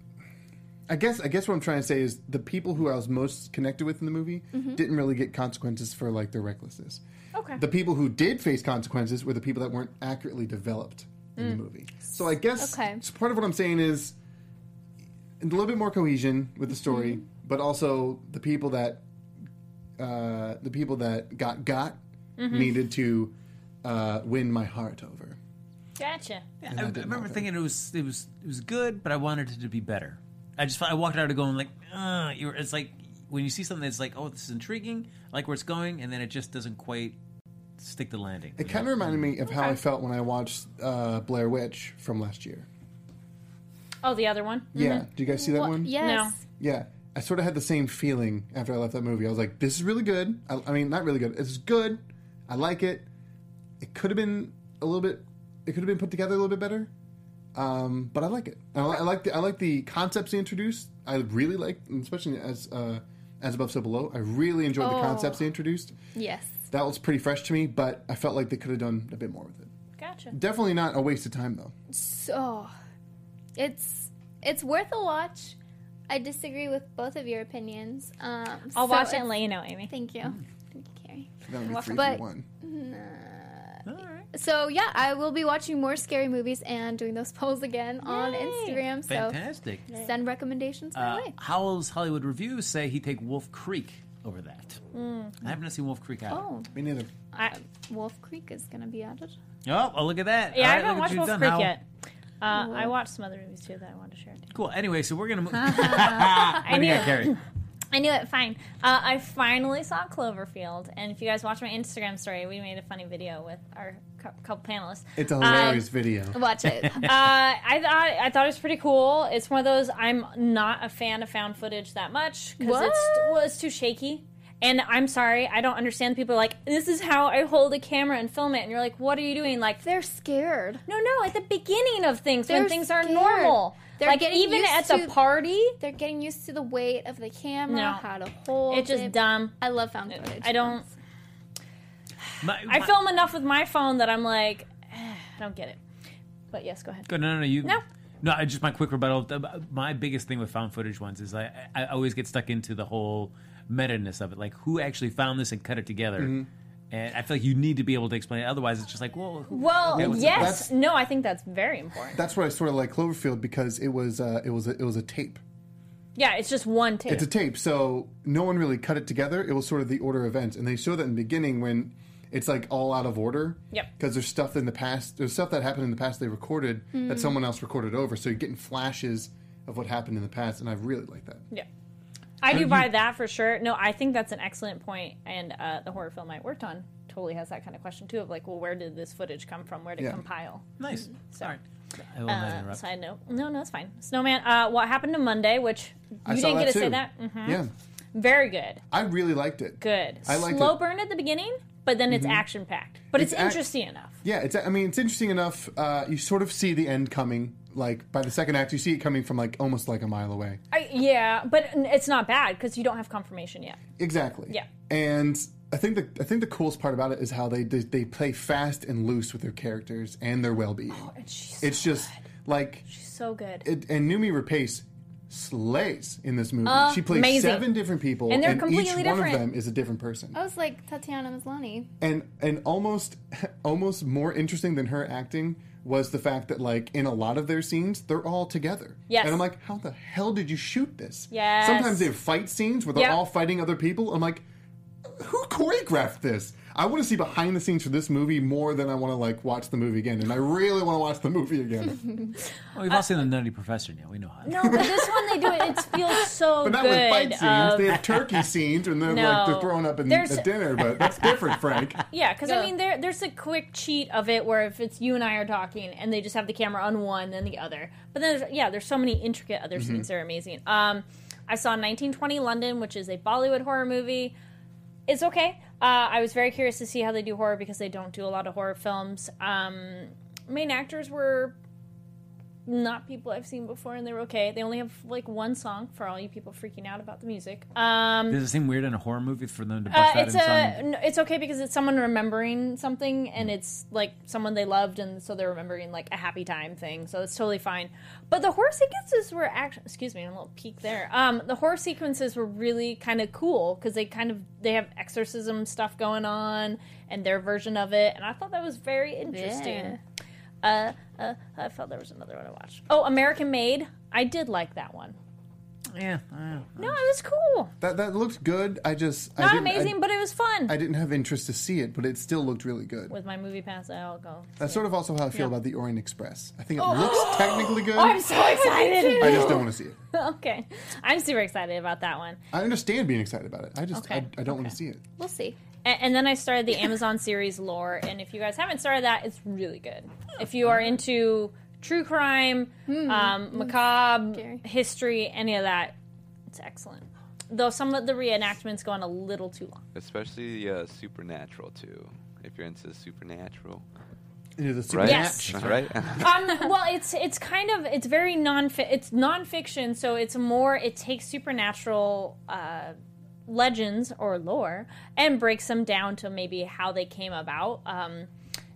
Speaker 3: I guess I guess what I'm trying to say is the people who I was most connected with in the movie
Speaker 5: Mm-hmm.
Speaker 3: didn't really get consequences for like their recklessness.
Speaker 5: Okay.
Speaker 3: The people who did face consequences were the people that weren't accurately developed in the movie. So I guess
Speaker 4: Okay.
Speaker 3: so part of what I'm saying is a little bit more cohesion with the story, but also the people that uh, the people that got got needed to uh, win my heart over.
Speaker 5: Gotcha.
Speaker 1: Yeah, I, I remember thinking it was it was it was good, but I wanted it to be better. I just I walked out of going like, uh, you were, it's like when you see something that's like, oh, this is intriguing, I like where it's going, and then it just doesn't quite stick the landing.
Speaker 3: It kind of reminded me of how I felt when I watched uh, Blair Witch from last year.
Speaker 5: Oh, the other one.
Speaker 3: Yeah, do you guys see that
Speaker 4: What-
Speaker 3: one?
Speaker 4: yes.
Speaker 3: Yeah. I sort of had the same feeling after I left that movie. I was like, this is really good. I, I mean, not really good. It's good. I like it. It could have been a little bit, it could have been put together a little bit better. Um, but I like it. I, li- I like the I like the concepts they introduced. I really like, especially as uh, as above so below. I really enjoyed the
Speaker 4: Oh.
Speaker 3: concepts they introduced.
Speaker 4: Yes.
Speaker 3: That was pretty fresh to me, but I felt like they could have done a bit more with it.
Speaker 5: Gotcha.
Speaker 3: Definitely not a waste of time though.
Speaker 4: So, it's it's worth a watch. I disagree with both of your opinions. Um, so
Speaker 5: I'll watch it
Speaker 4: it's-
Speaker 5: and let you know, Amy.
Speaker 4: Thank you.
Speaker 1: Mm.
Speaker 4: Thank you, Carrie.
Speaker 3: That would be three
Speaker 4: But-
Speaker 3: to one.
Speaker 4: So yeah, I will be watching more scary movies and doing those polls again on Instagram. So
Speaker 1: fantastic.
Speaker 4: send recommendations my
Speaker 1: Uh,
Speaker 4: way.
Speaker 1: Howell's Hollywood Review say he'd take Wolf Creek over that.
Speaker 5: Hmm.
Speaker 1: I haven't seen Wolf Creek either. Oh,
Speaker 4: Oh,
Speaker 3: Me neither.
Speaker 5: I,
Speaker 4: Wolf Creek is gonna be added.
Speaker 1: oh look at that.
Speaker 5: yeah,
Speaker 1: All
Speaker 5: I
Speaker 1: right, look
Speaker 5: haven't
Speaker 1: at
Speaker 5: watched
Speaker 1: you
Speaker 5: Wolf
Speaker 1: done,
Speaker 5: Creek
Speaker 1: Howell.
Speaker 5: yet. Uh, I watched some other movies too that I wanted to share.
Speaker 1: Cool. Anyway, so we're gonna move. I
Speaker 5: knew it.
Speaker 1: Carrie.
Speaker 5: I knew it. Fine. Uh, I finally saw Cloverfield, and if you guys watch my Instagram story, we made a funny video with our cou- couple panelists.
Speaker 3: It's a
Speaker 5: Um,
Speaker 3: hilarious video.
Speaker 4: Watch it.
Speaker 5: uh, I thought I thought it was pretty cool. It's one of those I'm not a fan of found footage that much because it's well, it's too shaky. And I'm sorry, I don't understand. People are like, this is how I hold a camera and film it, and you're like, what are you doing? Like,
Speaker 4: They're scared.
Speaker 5: no, no, at the beginning of things when
Speaker 4: They're
Speaker 5: things are
Speaker 4: scared.
Speaker 5: normal.
Speaker 4: They're
Speaker 5: like
Speaker 4: getting
Speaker 5: even
Speaker 4: used
Speaker 5: at the
Speaker 4: to-
Speaker 5: party,
Speaker 4: They're getting used to the weight of the camera,
Speaker 5: No.
Speaker 4: how to hold.
Speaker 5: it's just
Speaker 4: it.
Speaker 5: dumb.
Speaker 4: I love found footage.
Speaker 5: I don't.
Speaker 1: My-
Speaker 5: I
Speaker 1: my-
Speaker 5: film enough with my phone that I'm like, "Eh, I don't get it. But yes, go ahead.
Speaker 1: Good. No, no, no. You
Speaker 5: No.
Speaker 1: No, I- just my quick rebuttal. The- My biggest thing with found footage ones is I, I always get stuck into the whole meta ness of it. Like, who actually found this and cut it together? And I feel like you need to be able to explain it. Otherwise, it's just like, well, who,
Speaker 5: Well,
Speaker 1: Yeah, what's-
Speaker 5: yes,
Speaker 3: that's-
Speaker 5: no, I think that's very important.
Speaker 3: That's where I sort of like Cloverfield because it was uh, it was a, it was a tape.
Speaker 5: Yeah, it's just one take.
Speaker 3: It's a tape, so no one really cut it together. It was sort of the order of events, and they show that in the beginning when it's like all out of order.
Speaker 5: Yep.
Speaker 3: Because there's stuff in the past, there's stuff that happened in the past they recorded
Speaker 5: Mm.
Speaker 3: that someone else recorded over. So you're getting flashes of what happened in the past, and I really like that.
Speaker 5: Yeah. I do buy that for sure. No, I think that's an excellent point, and uh, the horror film I worked on totally has that kind of question too of like, well, where did this footage come from? Where did it
Speaker 3: Yeah.
Speaker 5: compile?
Speaker 1: nice. All right. I will not
Speaker 5: Uh,
Speaker 1: interrupt.
Speaker 5: side note, no, no, it's fine. Snowman, uh, what happened to Monday? Which you
Speaker 3: I saw
Speaker 5: didn't
Speaker 3: that
Speaker 5: get to
Speaker 3: too.
Speaker 5: say that. Mhm.
Speaker 3: Yeah,
Speaker 5: Very good,
Speaker 3: I really liked it.
Speaker 5: good.
Speaker 3: I liked it.
Speaker 5: Slow
Speaker 3: Mm-hmm.
Speaker 5: burn at the beginning, but then it's action packed. But it's,
Speaker 3: It's ac-
Speaker 5: interesting enough.
Speaker 3: Yeah, it's. I mean, it's interesting enough. Uh, you sort of see the end coming. Like by the second act, you see it coming from like almost like a mile away.
Speaker 5: I, yeah, but n- it's not bad because you don't have confirmation yet.
Speaker 3: Exactly.
Speaker 5: Yeah.
Speaker 3: And I think the I think the coolest part about it is how they they, they play fast and loose with their characters and their well being.
Speaker 5: Oh, she's
Speaker 3: it's just like
Speaker 5: So good.
Speaker 3: it, and Numi Rapace slays in this movie. she plays
Speaker 5: Uh, Amazing.
Speaker 3: seven different people,
Speaker 5: And they're
Speaker 3: each
Speaker 5: completely
Speaker 3: one of
Speaker 5: different.
Speaker 3: them is a different person.
Speaker 4: I was like Tatiana Maslany.
Speaker 3: And and almost almost more interesting than her acting was the fact that like in a lot of their scenes they're all together.
Speaker 5: Yes.
Speaker 3: And I'm like, how the hell did you shoot this?
Speaker 5: Yes.
Speaker 3: Sometimes they have fight scenes where they're
Speaker 5: Yep.
Speaker 3: all fighting other people. I'm like, who choreographed this? I want to see behind the scenes for this movie more than I want to like watch the movie again, and I really want to watch the movie again.
Speaker 1: Well,
Speaker 5: Uh,
Speaker 1: we've all seen the Nutty Professor now. We know how.
Speaker 5: No, but this one they do it. It feels so
Speaker 3: But not
Speaker 5: good.
Speaker 3: with fight scenes.
Speaker 5: of-
Speaker 3: they have turkey scenes, and they're like
Speaker 5: No.
Speaker 3: they're thrown up in,
Speaker 5: There's-
Speaker 3: at dinner. But that's different, Frank.
Speaker 5: Yeah, because I
Speaker 4: Yeah.
Speaker 5: mean, there there's a quick cheat of it where if it's you and I are talking, and they just have the camera on one, then the other. But then, there's, yeah, there's so many intricate other scenes that are amazing. Um, I saw 1920 London, which is a Bollywood horror movie. It's okay. Uh, I was very curious to see how they do horror because they don't do a lot of horror films. Um, main actors were not people I've seen before, and they were okay. They only have like one song for all you people freaking out about the music. Um,
Speaker 1: Does it seem weird in a horror movie for them to bust
Speaker 5: uh,
Speaker 1: that
Speaker 5: it's
Speaker 1: in
Speaker 5: a
Speaker 1: some?
Speaker 5: no, it's okay because it's someone remembering something and it's like someone they loved and so they're remembering like a happy time thing so it's totally fine but the horror sequences were actually excuse me a little peek there um the horror sequences were really kind of cool because they kind of they have exorcism stuff going on and their version of it and i thought that was very interesting uh, uh i felt there was another one i watched oh american made i did like that one
Speaker 1: Yeah. I don't know.
Speaker 5: no it was cool
Speaker 3: That that looked good. I just I
Speaker 5: not
Speaker 3: didn't- I-
Speaker 5: amazing but it was fun
Speaker 3: I didn't have interest to see it, but it still looked really good.
Speaker 5: with my movie pass i'll go
Speaker 3: That's sort of also how I feel about the Orient Express. I think it looks technically good.
Speaker 5: Oh! I'm so excited.
Speaker 3: I just don't want to see it.
Speaker 5: okay. I'm super excited about that one.
Speaker 3: I understand being excited about it. I just I,
Speaker 5: Okay.
Speaker 3: I don't want to see it.
Speaker 4: We'll see.
Speaker 5: A- And, then I started the Amazon series lore, and if you guys haven't started that, it's really good. If you are into true crime, um, macabre,
Speaker 4: Scary.
Speaker 5: history, any of that, it's excellent. Though some of the reenactments go on a little too long.
Speaker 7: Especially uh, Supernatural, too. If you're into Supernatural.
Speaker 3: It is a super
Speaker 7: Right?
Speaker 5: Yes.
Speaker 7: Right?
Speaker 5: um, well, it's it's kind of it's very non it's nonfiction, so it's more it takes supernatural uh, legends or lore and breaks them down to maybe how they came about. Um,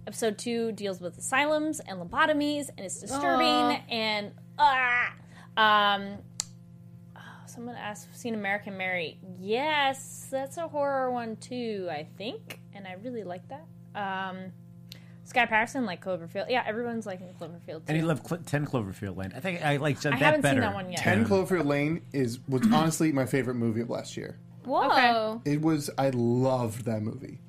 Speaker 5: episode two deals with asylums and lobotomies, and it's disturbing and ah. Um, oh, someone asked, "Seen American Mary?" Yes, that's a horror one too, I think, and I really like that. Um, Sky Patterson like Cloverfield. Yeah, everyone's liking Cloverfield
Speaker 1: And he
Speaker 5: too.
Speaker 1: loved Cl- Ten Cloverfield Lane. I think I like said
Speaker 5: I
Speaker 1: that
Speaker 5: haven't seen
Speaker 1: better.
Speaker 5: that one yet.
Speaker 3: Ten Cloverfield Lane is was honestly my favorite movie of last year.
Speaker 4: Whoa.
Speaker 3: It was I loved that movie.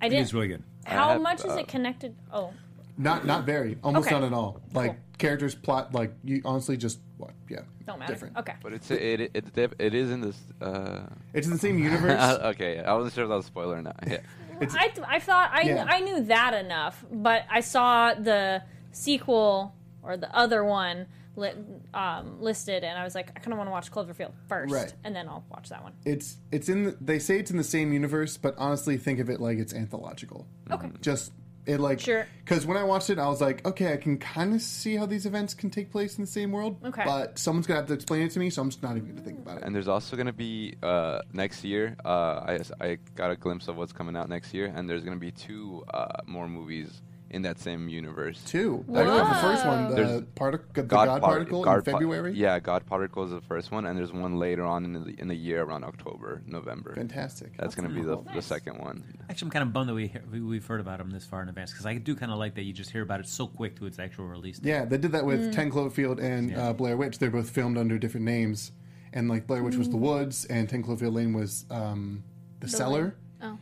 Speaker 5: I
Speaker 1: It
Speaker 5: didn't.
Speaker 1: is really good.
Speaker 5: how
Speaker 7: I have,
Speaker 5: much is
Speaker 7: uh,
Speaker 5: it connected? Oh,
Speaker 3: Not not very, almost
Speaker 5: Okay.
Speaker 3: not at all. Like
Speaker 5: Cool.
Speaker 3: characters, plot, like you honestly just What? Yeah.
Speaker 5: Don't matter.
Speaker 3: Different.
Speaker 5: Okay.
Speaker 7: But it's it it, it, def- it is in this. Uh,
Speaker 3: It's in the same universe.
Speaker 7: okay, yeah, I wasn't sure if that was a spoiler or not. Yeah.
Speaker 5: I, th- I thought I,
Speaker 3: Yeah.
Speaker 5: I knew that enough, but I saw the sequel or the other one li- um, listed, and I was like, I kind of want to watch Cloverfield first,
Speaker 3: Right.
Speaker 5: and then I'll watch that one.
Speaker 3: it's it's in. The, they say it's in the same universe, but honestly, think of it like it's anthological.
Speaker 5: Okay.
Speaker 7: Mm-hmm.
Speaker 3: Just it like
Speaker 5: Sure.
Speaker 3: Because when I watched it, I was like, okay, I can kind of see how these events can take place in the same world.
Speaker 5: Okay.
Speaker 3: But someone's gonna have to explain it to me, so I'm just not even gonna think about it.
Speaker 7: And there's also going to be uh, next year. Uh, I s- I got a glimpse of what's coming out next year, and there's going to be two uh, more movies in that same universe.
Speaker 3: Two. I know the first one,
Speaker 7: There's
Speaker 3: the, partic- the God,
Speaker 7: God, Par-
Speaker 3: particle
Speaker 7: God
Speaker 3: in
Speaker 7: Par-
Speaker 3: February.
Speaker 7: yeah, God Particle is the first one, and there's one later on in the, in the year around October, November.
Speaker 3: Fantastic.
Speaker 7: That's going to be the, the
Speaker 5: Nice.
Speaker 7: second one.
Speaker 1: Actually, I'm kind of bummed that we hear, we- we've heard about them this far in advance because I do kind of like that you just hear about it so quick to its actual release. date.
Speaker 3: Yeah, they did that with Ten Cloverfield and uh, Blair Witch. They're both filmed under different names, and like Blair Witch was the woods, and Ten Cloverfield Lane was um, the, cellar.
Speaker 4: Oh.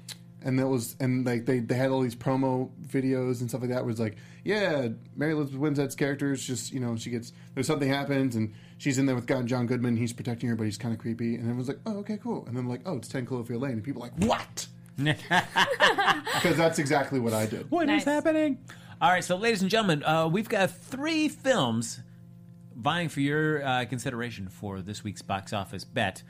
Speaker 3: And that was and like they, they had all these promo videos and stuff like that. Where it's like, yeah, Mary Elizabeth Winstead's character is just you know she gets there's something happens and she's in there with God John Goodman. He's protecting her, but he's kind of creepy. And everyone's like, oh okay cool. And then like, oh it's Ten Cloverfield Lane, and people are like what? Because that's exactly what I did.
Speaker 1: What is
Speaker 5: Nice.
Speaker 1: happening? All right, so ladies and gentlemen, uh, we've got three films vying for your uh, consideration for this week's box office bet.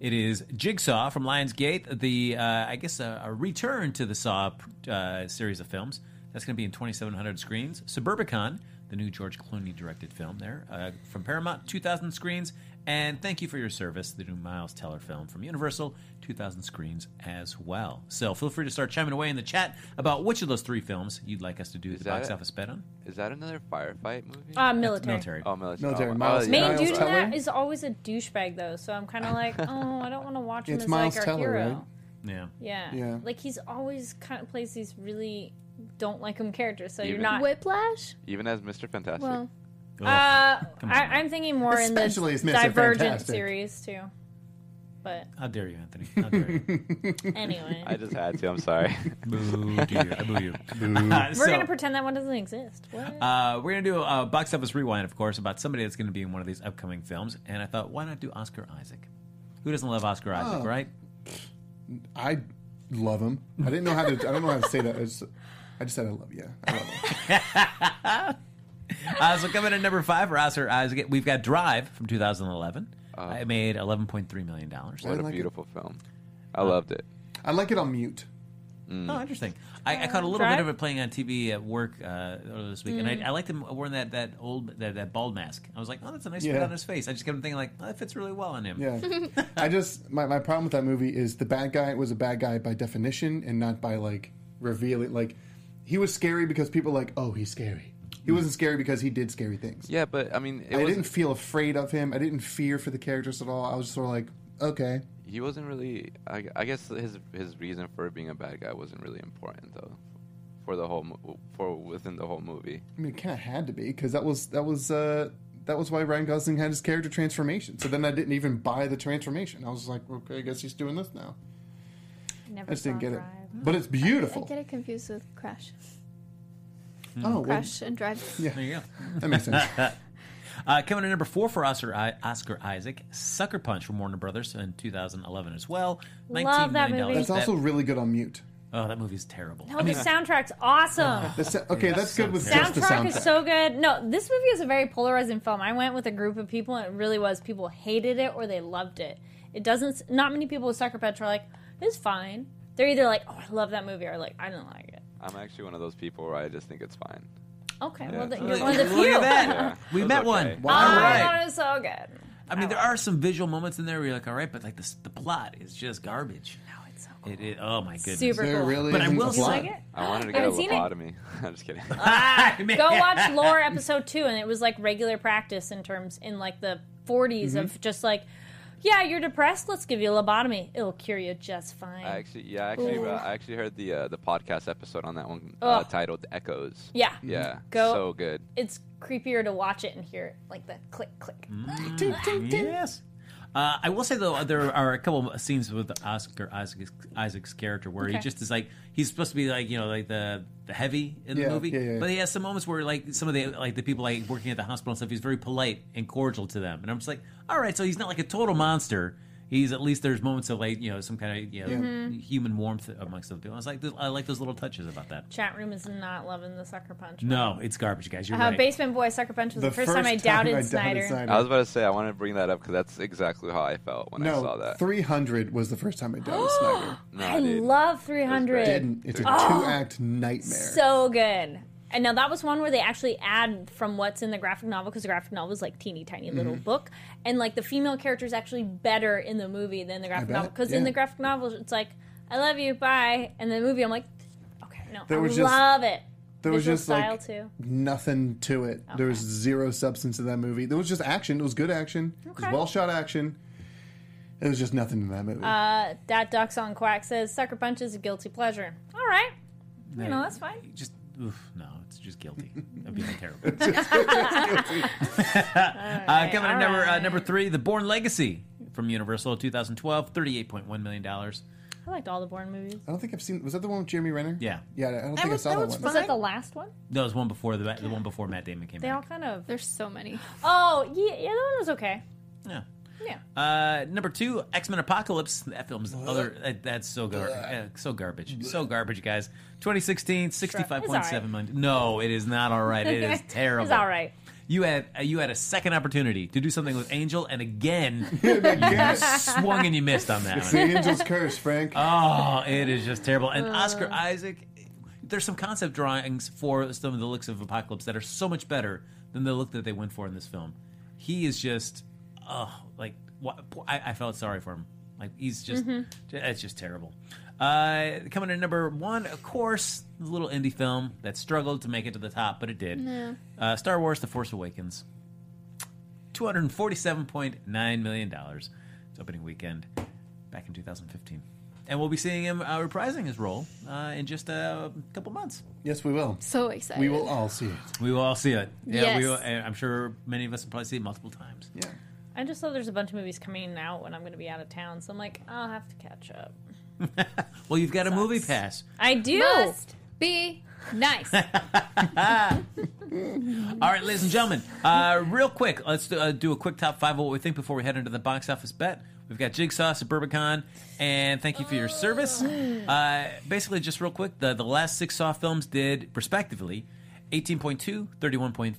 Speaker 1: It is Jigsaw from Lionsgate, the uh, I guess a, a return to the Saw uh, series of films. That's going to be in 2,700 screens. Suburbicon, the new George Clooney directed film there uh, from Paramount, 2,000 screens. And thank you for your service, the new Miles Teller film from Universal, 2,000 screens as well. So feel free to start chiming away in the chat about which of those three films you'd like us to do the
Speaker 7: that
Speaker 1: box
Speaker 7: it?
Speaker 1: office bet on.
Speaker 7: Is that another firefight movie?
Speaker 5: Uh, military.
Speaker 1: Military.
Speaker 7: oh, military.
Speaker 3: Military,
Speaker 7: Oh,
Speaker 3: Miles
Speaker 7: oh,
Speaker 5: Main
Speaker 3: Miles
Speaker 5: dude in
Speaker 3: Teller?
Speaker 5: that is always a douchebag, though, so I'm kind of like, oh, I don't want to watch him
Speaker 3: It's
Speaker 5: as
Speaker 3: Miles
Speaker 5: like our
Speaker 3: Teller,
Speaker 5: hero.
Speaker 3: right?
Speaker 1: Yeah.
Speaker 5: Yeah.
Speaker 3: Yeah.
Speaker 5: Like he's always kind of plays these really don't like him characters, so you're
Speaker 7: Even-
Speaker 5: not.
Speaker 4: Whiplash?
Speaker 7: Even as Mr. Fantastic.
Speaker 4: Well,
Speaker 1: Ugh.
Speaker 5: Uh,
Speaker 1: Come on.
Speaker 5: I, I'm thinking more
Speaker 3: Especially as
Speaker 5: in the
Speaker 3: Mr.
Speaker 5: Divergent
Speaker 3: Fantastic.
Speaker 5: series too. But
Speaker 1: Oh, How dare you, Anthony? How dare you?
Speaker 5: anyway,
Speaker 7: I just had to. I'm sorry.
Speaker 1: boo, dear. I boo you. Uh,
Speaker 5: we're
Speaker 1: so,
Speaker 5: gonna pretend that one doesn't exist. What?
Speaker 1: uh, we're going to do a box office rewind, of course, about somebody that's going to be in one of these upcoming films. And I thought, why not do Oscar Isaac? Who doesn't love Oscar Isaac, right?
Speaker 3: I love him. I didn't know how to. I don't know how to say that. I just, I just said I love you. I love him.
Speaker 1: Uh, so coming in at number five for Oscar Isaac, we've got Drive from 2011. it made 11.3 million dollars.
Speaker 7: what a
Speaker 3: like it.
Speaker 7: beautiful film. I loved it.
Speaker 3: I like it on mute.
Speaker 1: Oh, interesting. I, I caught a little
Speaker 5: Drive?
Speaker 1: bit of it playing on TV at work uh, earlier this week, and I, I liked him wearing that that old that, that bald mask. I was like, oh, that's a nice fit
Speaker 3: Yeah.
Speaker 1: on his face. I just kept thinking like, oh, that fits really well on him.
Speaker 3: Yeah. I just my, my problem with that movie is the bad guy was a bad guy by definition and not by like revealing. Like he was scary because people were like oh he's scary. He wasn't scary because he did scary things.
Speaker 7: Yeah, but I mean, it
Speaker 3: I
Speaker 7: wasn't,
Speaker 3: didn't feel afraid of him. I didn't fear for the characters at all. I was just sort of like okay.
Speaker 7: he wasn't really. I, I guess his his reason for being a bad guy wasn't really important though, for the whole mo- for within the whole movie.
Speaker 3: I mean, it kind of had to be because that was that was uh, that was why Ryan Gosling had his character transformation. So then I didn't even buy the transformation. I was like, okay, I guess he's doing this now.
Speaker 5: Never
Speaker 3: I just didn't
Speaker 5: saw
Speaker 3: get it,
Speaker 5: Drive.
Speaker 3: but it's
Speaker 4: I
Speaker 3: beautiful.
Speaker 4: get it confused with Crash.
Speaker 3: Oh, well,
Speaker 4: Crash and Drive.
Speaker 1: There you go.
Speaker 3: that makes sense.
Speaker 1: Uh, coming in number four for Oscar, I- Oscar Isaac, Sucker Punch from Warner Brothers in 2011 as well.
Speaker 5: Love
Speaker 1: $19
Speaker 5: that
Speaker 1: million.
Speaker 5: movie.
Speaker 3: That's also really good on mute.
Speaker 1: oh, that movie's terrible.
Speaker 5: No, the soundtrack's awesome.
Speaker 3: The sa- okay, that's good with just the
Speaker 5: soundtrack
Speaker 3: soundtrack.
Speaker 5: is so good. No, this movie is a very polarizing film. I went with a group of people, and it really was people hated it or they loved it. It doesn't. Not many people with Sucker Punch are like, it's fine. They're either like, oh, I love that movie, or like, I don't like it.
Speaker 3: Mm.
Speaker 7: I'm actually one of those people where I just think it's fine.
Speaker 5: Okay,
Speaker 7: Yeah.
Speaker 5: well, th-
Speaker 7: Look-
Speaker 5: you're one of the
Speaker 1: Look
Speaker 5: few. Oh.
Speaker 1: at that.
Speaker 7: Yeah,
Speaker 1: We
Speaker 7: it was
Speaker 1: met
Speaker 7: okay.
Speaker 1: one.
Speaker 3: Wow.
Speaker 1: All
Speaker 5: I
Speaker 1: right.
Speaker 5: thought it was so good.
Speaker 1: I mean, there are some visual moments in there where you're like, all right, but like the, s- the plot is just garbage.
Speaker 5: Oh, it's so cool.
Speaker 1: It is. Oh my goodness.
Speaker 5: Super
Speaker 3: There
Speaker 5: cool.
Speaker 3: really
Speaker 1: But I
Speaker 3: isn't
Speaker 1: will
Speaker 3: a
Speaker 1: say-
Speaker 5: you
Speaker 3: plot.
Speaker 5: like it?
Speaker 7: I wanted to get a
Speaker 5: Haven't seen it.
Speaker 7: lobotomy. I'm just kidding.
Speaker 5: Go watch Lore episode two, and it was like regular practice in terms in like the 40s of
Speaker 7: Mm-hmm.
Speaker 5: just like, yeah, you're depressed. Let's give you a lobotomy. It'll cure you just fine.
Speaker 7: I actually, yeah, I actually, uh, I actually heard the uh, the podcast episode on that one uh,
Speaker 5: Ugh.
Speaker 7: titled "Echoes."
Speaker 5: yeah,
Speaker 7: Yeah,
Speaker 5: Go-
Speaker 7: so good. Mm,
Speaker 3: Hmm?
Speaker 5: it's creepier to watch it and hear it, like the click click.
Speaker 1: Yes. Uh, I will say though, there are a couple of scenes with Oscar Isaac's, Isaac's character where he
Speaker 5: Okay.
Speaker 1: just is like he's supposed to be like you know like the the heavy in
Speaker 3: Yeah,
Speaker 1: the movie,
Speaker 3: yeah, yeah, yeah.
Speaker 1: but he has some moments where like some of the like the people like working at the hospital and stuff, he's very polite and cordial to them, and I'm just like, all right, so he's not like a total monster. He's at least there's moments of like you know some kind of you know,
Speaker 5: Mm-hmm.
Speaker 1: human warmth amongst the people. I was like I like those little touches about that.
Speaker 5: Chat room is not loving the sucker punch.
Speaker 1: No, it's garbage, guys. You're
Speaker 5: Uh,
Speaker 1: right.
Speaker 5: Basement Boy Sucker Punch was the, first, time I doubted Snyder.
Speaker 7: I was about to say I wanted to bring that up because that's exactly how I felt when I saw
Speaker 3: No,
Speaker 7: that.
Speaker 3: 300 was the first time I doubted Snyder.
Speaker 7: No,
Speaker 5: I
Speaker 7: dude.
Speaker 5: love 300.
Speaker 3: Didn't. It's a two act nightmare.
Speaker 5: Oh. So good. And now that was one where they actually add from what's in the graphic novel because the graphic novel is like teeny tiny little
Speaker 3: Mm-hmm.
Speaker 5: book, and like the female character is actually better in the movie than the graphic
Speaker 3: bet,
Speaker 5: novel because in
Speaker 3: yeah.
Speaker 5: the graphic novel it's like I love you, bye, and the movie I'm like, okay, no,
Speaker 3: There
Speaker 5: I
Speaker 3: was just-
Speaker 5: love it.
Speaker 3: there was
Speaker 5: Visual
Speaker 3: just,
Speaker 5: style
Speaker 3: like,
Speaker 5: too.
Speaker 3: nothing to it. There was zero substance to that movie. There was just action. It was good action. It
Speaker 5: Okay.
Speaker 3: was well shot action. It was just nothing in that movie.
Speaker 5: Uh, that ducks on quack says sucker punch is a guilty pleasure. All right, you know that's fine.
Speaker 1: just oof, no, it's just guilty. That'd be terrible. uh, coming at number uh, number three, The Born Legacy from Universal, 2012, 38.1 million dollars.
Speaker 5: I liked all the Bourne movies.
Speaker 3: I don't think I've seen. Was that the one with Jeremy Renner?
Speaker 1: Yeah.
Speaker 3: Yeah, I don't think I saw that, one.
Speaker 5: Was that the last one?
Speaker 1: That was one before the the one before Matt Damon came
Speaker 5: They all
Speaker 1: out.
Speaker 5: kind of.
Speaker 4: There's so many.
Speaker 5: Oh yeah, yeah, that one was okay.
Speaker 1: Yeah.
Speaker 5: Yeah.
Speaker 1: Uh, number two, X Men Apocalypse. That film's other. That, that's so gar- uh, so garbage, so garbage, guys. 2016, 65.7 million. No, it is not all right. It is terrible.
Speaker 5: it's all right.
Speaker 1: You had uh, you had a second opportunity to do something with Angel, and again, you swung and you missed on that.
Speaker 3: It's the
Speaker 1: One.
Speaker 3: Angel's Curse, Frank.
Speaker 1: Oh, it is just terrible. And Oscar Isaac, there's some concept drawings for some of the looks of Apocalypse that are so much better than the look that they went for in this film. He is just, oh, like wha- I, I felt sorry for him. Like he's just, it's just terrible. Uh, coming in number one, of course, the little indie film that struggled to make it to the top, but it did. Uh, Star Wars: The Force Awakens. $247.9 million. It's opening weekend back in 2015. And we'll be seeing him uh, reprising his role uh, in just a couple months.
Speaker 3: yes, we will.
Speaker 4: So excited.
Speaker 3: We will all see it.
Speaker 1: We will uh, all see it. Yeah, we
Speaker 4: Yes.
Speaker 1: will, and I'm sure many of us will probably see it multiple times.
Speaker 3: Yeah.
Speaker 5: I just know there's a bunch of movies coming out when I'm going to be out of town, so I'm like, I'll have to catch up.
Speaker 1: Well, you've got a movie pass.
Speaker 5: I do.
Speaker 4: Must be nice.
Speaker 1: All right, ladies and gentlemen, uh, real quick, let's do, uh, do a quick top five of what we think before we head into the box office bet. We've got Jigsaw, Suburbicon, and thank you for your service. Uh, basically, just real quick, the, the last six Saw films did, respectively, 18.2, 31.5,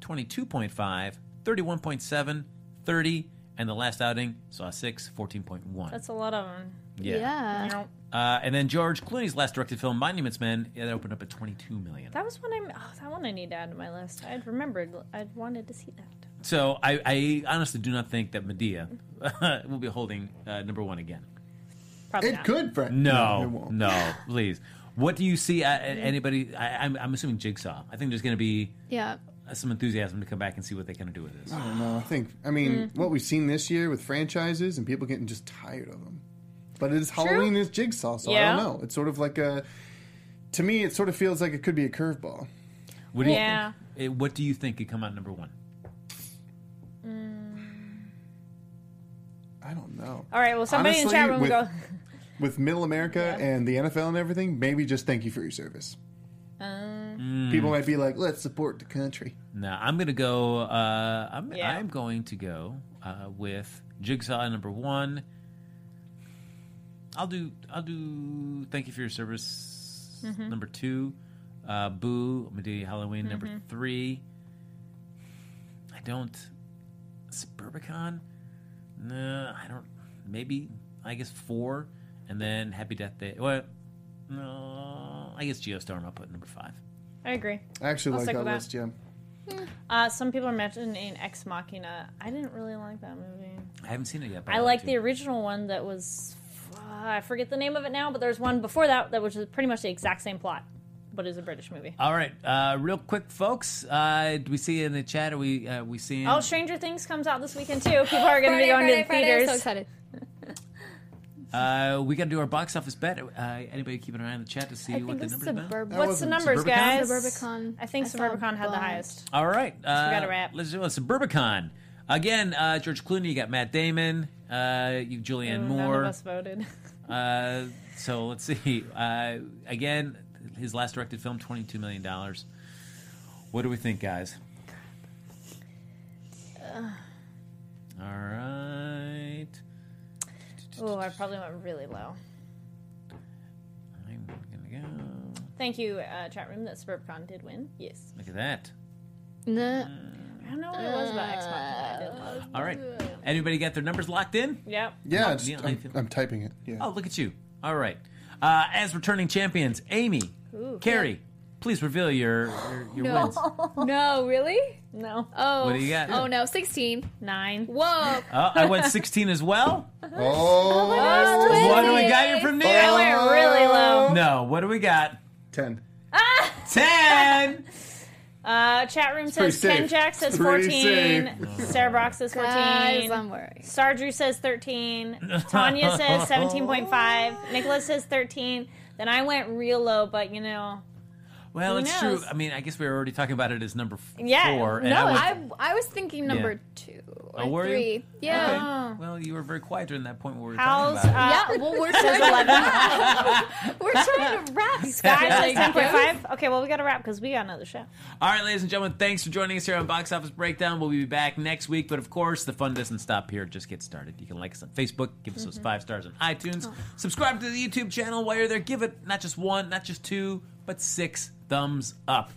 Speaker 1: 22.5, 31.7, 30, and the last outing, Saw 6, 14.1.
Speaker 5: That's a lot of them.
Speaker 4: yeah.
Speaker 1: Uh, and then George Clooney's last directed film, Monuments Men, it opened up at 22 million.
Speaker 5: That was one I. Oh, that one I need to add to my list. I'd remembered. I'd wanted to see that.
Speaker 1: So I, I honestly do not think that Medea will be holding uh, number one again.
Speaker 5: Probably
Speaker 3: It
Speaker 5: not.
Speaker 3: could, Frank. it
Speaker 1: No,
Speaker 3: won't.
Speaker 1: no, please. What do you see? Uh, anybody? I, I'm, I'm assuming Jigsaw. I think there's going to be
Speaker 4: Yeah.
Speaker 1: uh, some enthusiasm to come back and see what they can do with this.
Speaker 3: I don't know. I think, I mean,
Speaker 5: Mm.
Speaker 3: what we've seen this year with franchises and people getting just tired of them. But it is Halloween is Jigsaw, so I
Speaker 5: Yeah.
Speaker 3: don't know. It's sort of like a, to me, it sort of feels like it could be a curveball.
Speaker 1: What do you?
Speaker 5: Yeah.
Speaker 1: eh, what do you think could come out number one?
Speaker 3: I don't know.
Speaker 5: All right. Well, somebody in
Speaker 3: Honestly,
Speaker 5: chat room
Speaker 3: with,
Speaker 5: go.
Speaker 3: with Middle America and the NFL and everything, maybe just thank you for your service.
Speaker 5: Um,
Speaker 3: People might be like, let's support the country.
Speaker 1: Now I'm going to go. Uh, I'm,
Speaker 5: Yeah.
Speaker 1: I'm going to go uh, with Jigsaw number one. I'll do. I'll do. Thank you for your service.
Speaker 5: Mm-hmm.
Speaker 1: Number two, uh, Boo. I'm gonna do Halloween. Number
Speaker 5: Mm-hmm.
Speaker 1: three. I don't. Suburbicon. No, I don't. Maybe I guess four, and then Happy Death Day. What? No, I guess Geostorm. I'll put number five.
Speaker 5: I agree.
Speaker 3: I actually
Speaker 5: I'll
Speaker 3: like
Speaker 5: stick
Speaker 3: that,
Speaker 5: with that.
Speaker 3: list, Jim.
Speaker 5: Uh, some people are mentioning Ex Machina. I didn't really like that movie.
Speaker 1: I haven't seen it yet. but
Speaker 5: I
Speaker 1: want
Speaker 5: like
Speaker 1: to.
Speaker 5: the original one that was. uh, I forget the name of it now, but there's one before that that was pretty much the exact same plot, but is a British movie.
Speaker 1: All right, uh, real quick, folks. Uh, do we see in the chat? Are we uh, we seeing?
Speaker 3: Um,
Speaker 5: Oh, Stranger Things comes out this weekend too. People are going to be going to the
Speaker 4: I'm so
Speaker 5: theaters.
Speaker 4: excited.
Speaker 1: uh, we got to do our box office bet. Uh, anybody keeping an eye on the chat to see
Speaker 5: I
Speaker 1: what
Speaker 5: think
Speaker 1: the
Speaker 5: it's
Speaker 1: numbers are?
Speaker 4: Suburb-
Speaker 5: What's the
Speaker 3: wasn't
Speaker 5: numbers,
Speaker 1: Suburbicon?
Speaker 5: guys?
Speaker 4: Suburbicon.
Speaker 5: I think
Speaker 4: I saw
Speaker 5: Suburbicon had the
Speaker 4: both.
Speaker 5: highest.
Speaker 1: All right, uh,
Speaker 5: got a wrap.
Speaker 1: Let's do a Suburbicon. Uh, Again, uh, George Clooney. You got Matt Damon. Uh, you Julianne
Speaker 5: None
Speaker 1: Moore.
Speaker 5: of us voted.
Speaker 1: Uh, so let's see. Uh, again, his last directed film, twenty-two million dollars. What do we think, guys?
Speaker 5: Uh.
Speaker 1: All right.
Speaker 5: oh, I probably went really low.
Speaker 1: I'm gonna go.
Speaker 5: Thank you, uh, chat room. That Suburbicon did win. Yes.
Speaker 1: Look at that.
Speaker 4: Nah.
Speaker 5: I don't know what it was about Xbox that I didn't love.
Speaker 1: All right. Anybody got their numbers locked in?
Speaker 5: Uh, Yep.
Speaker 3: Yeah, it's,
Speaker 1: yeah, I
Speaker 3: I'm,
Speaker 1: feel-
Speaker 3: I'm typing it. Yeah.
Speaker 1: Oh, look at you. All right. Uh, as returning champions, Amy, Carrie, please reveal your your, your
Speaker 4: No.
Speaker 1: wins.
Speaker 4: No, really?
Speaker 5: No.
Speaker 4: Oh.
Speaker 1: What do you got?
Speaker 4: Oh no, 16.
Speaker 5: Nine.
Speaker 4: Whoa.
Speaker 1: Oh, I went 16 as well.
Speaker 3: Oh,
Speaker 1: What do we got here from
Speaker 5: I
Speaker 1: Neil?
Speaker 5: went really low.
Speaker 1: No, what do we got?
Speaker 3: 10.
Speaker 1: 10.
Speaker 5: Uh, chat room says
Speaker 3: pretty
Speaker 5: Ken
Speaker 3: safe.
Speaker 5: Jack says
Speaker 3: It's pretty
Speaker 5: 14. Sarah Brock says 14.
Speaker 4: Guys, I'm worried.
Speaker 5: Sardru says 13. Tanya says 17.5. Nicholas says 13. Then I went real low, but you know.
Speaker 1: Well,
Speaker 5: Who
Speaker 1: it's
Speaker 5: knows?
Speaker 1: true. I mean, I guess we were already talking about it as number f-
Speaker 5: Yeah.
Speaker 1: four. and
Speaker 4: No,
Speaker 1: I was-
Speaker 4: I, I was thinking number two or
Speaker 1: Oh, were you?
Speaker 4: three. Yeah.
Speaker 1: Okay. Well, you were very quiet during that point where we were
Speaker 5: How's.
Speaker 1: talking about
Speaker 4: Yeah,
Speaker 5: Uh,
Speaker 4: well, we're trying to wrap. we're trying to wrap.
Speaker 5: Guys says
Speaker 4: Like,
Speaker 5: 10.5. Okay, well, we got to wrap because we got another show.
Speaker 1: it. All right, ladies and gentlemen, thanks for joining us here on Box Office Breakdown. We'll be back next week, but of course, the fun doesn't stop here. Just get started. You can like us on Facebook, give us those
Speaker 5: Mm-hmm.
Speaker 1: five stars on iTunes,
Speaker 5: Oh.
Speaker 1: subscribe to the YouTube channel while you're there. Give it not just one, not just two, but six thumbs up.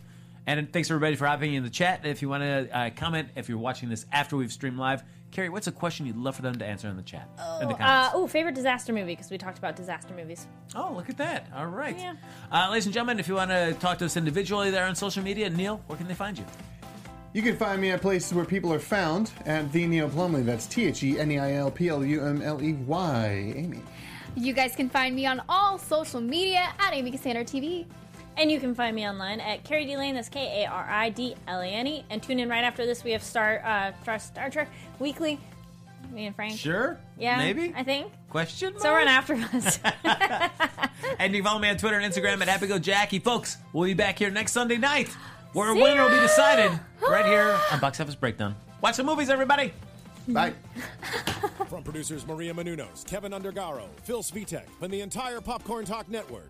Speaker 1: And thanks everybody for hopping in the chat. If you want to uh, comment, if you're watching this after we've streamed live, Carrie, what's a question you'd love for them to answer in the chat? in the comments.
Speaker 5: Uh, oh, favorite disaster movie because we talked about disaster movies.
Speaker 1: Oh, look at that. All right.
Speaker 5: uh, Yeah.
Speaker 1: Uh, ladies and gentlemen, if you want to talk to us individually there on social media, Neil, where can they find you?
Speaker 3: You can find me at places where people are found at the Neil Plumley. That's T H E N E I L P L U M L E Y. Amy.
Speaker 5: Mm-hmm.
Speaker 4: You guys can find me on all social media at Amy Cassandra TV.
Speaker 5: And you can find me online at Carrie D Lane. That's K A R I D L A N E. And tune in right after this. We have Star uh, Star- Star Trek Weekly. Me and Frank.
Speaker 1: Sure.
Speaker 5: Yeah.
Speaker 1: Maybe?
Speaker 5: I think.
Speaker 1: Question?
Speaker 5: So
Speaker 1: mark?
Speaker 5: run after us.
Speaker 1: And you can follow me on Twitter and Instagram at HappyGoJackie. Folks, we'll be back here next Sunday night where a
Speaker 5: See
Speaker 1: winner will be
Speaker 5: ya!
Speaker 1: decided right here on Box Office Breakdown. Watch the movies, everybody.
Speaker 3: Bye.
Speaker 2: From producers Maria Menunos, Kevin Undergaro, Phil Svitek, and the entire Popcorn Talk Network,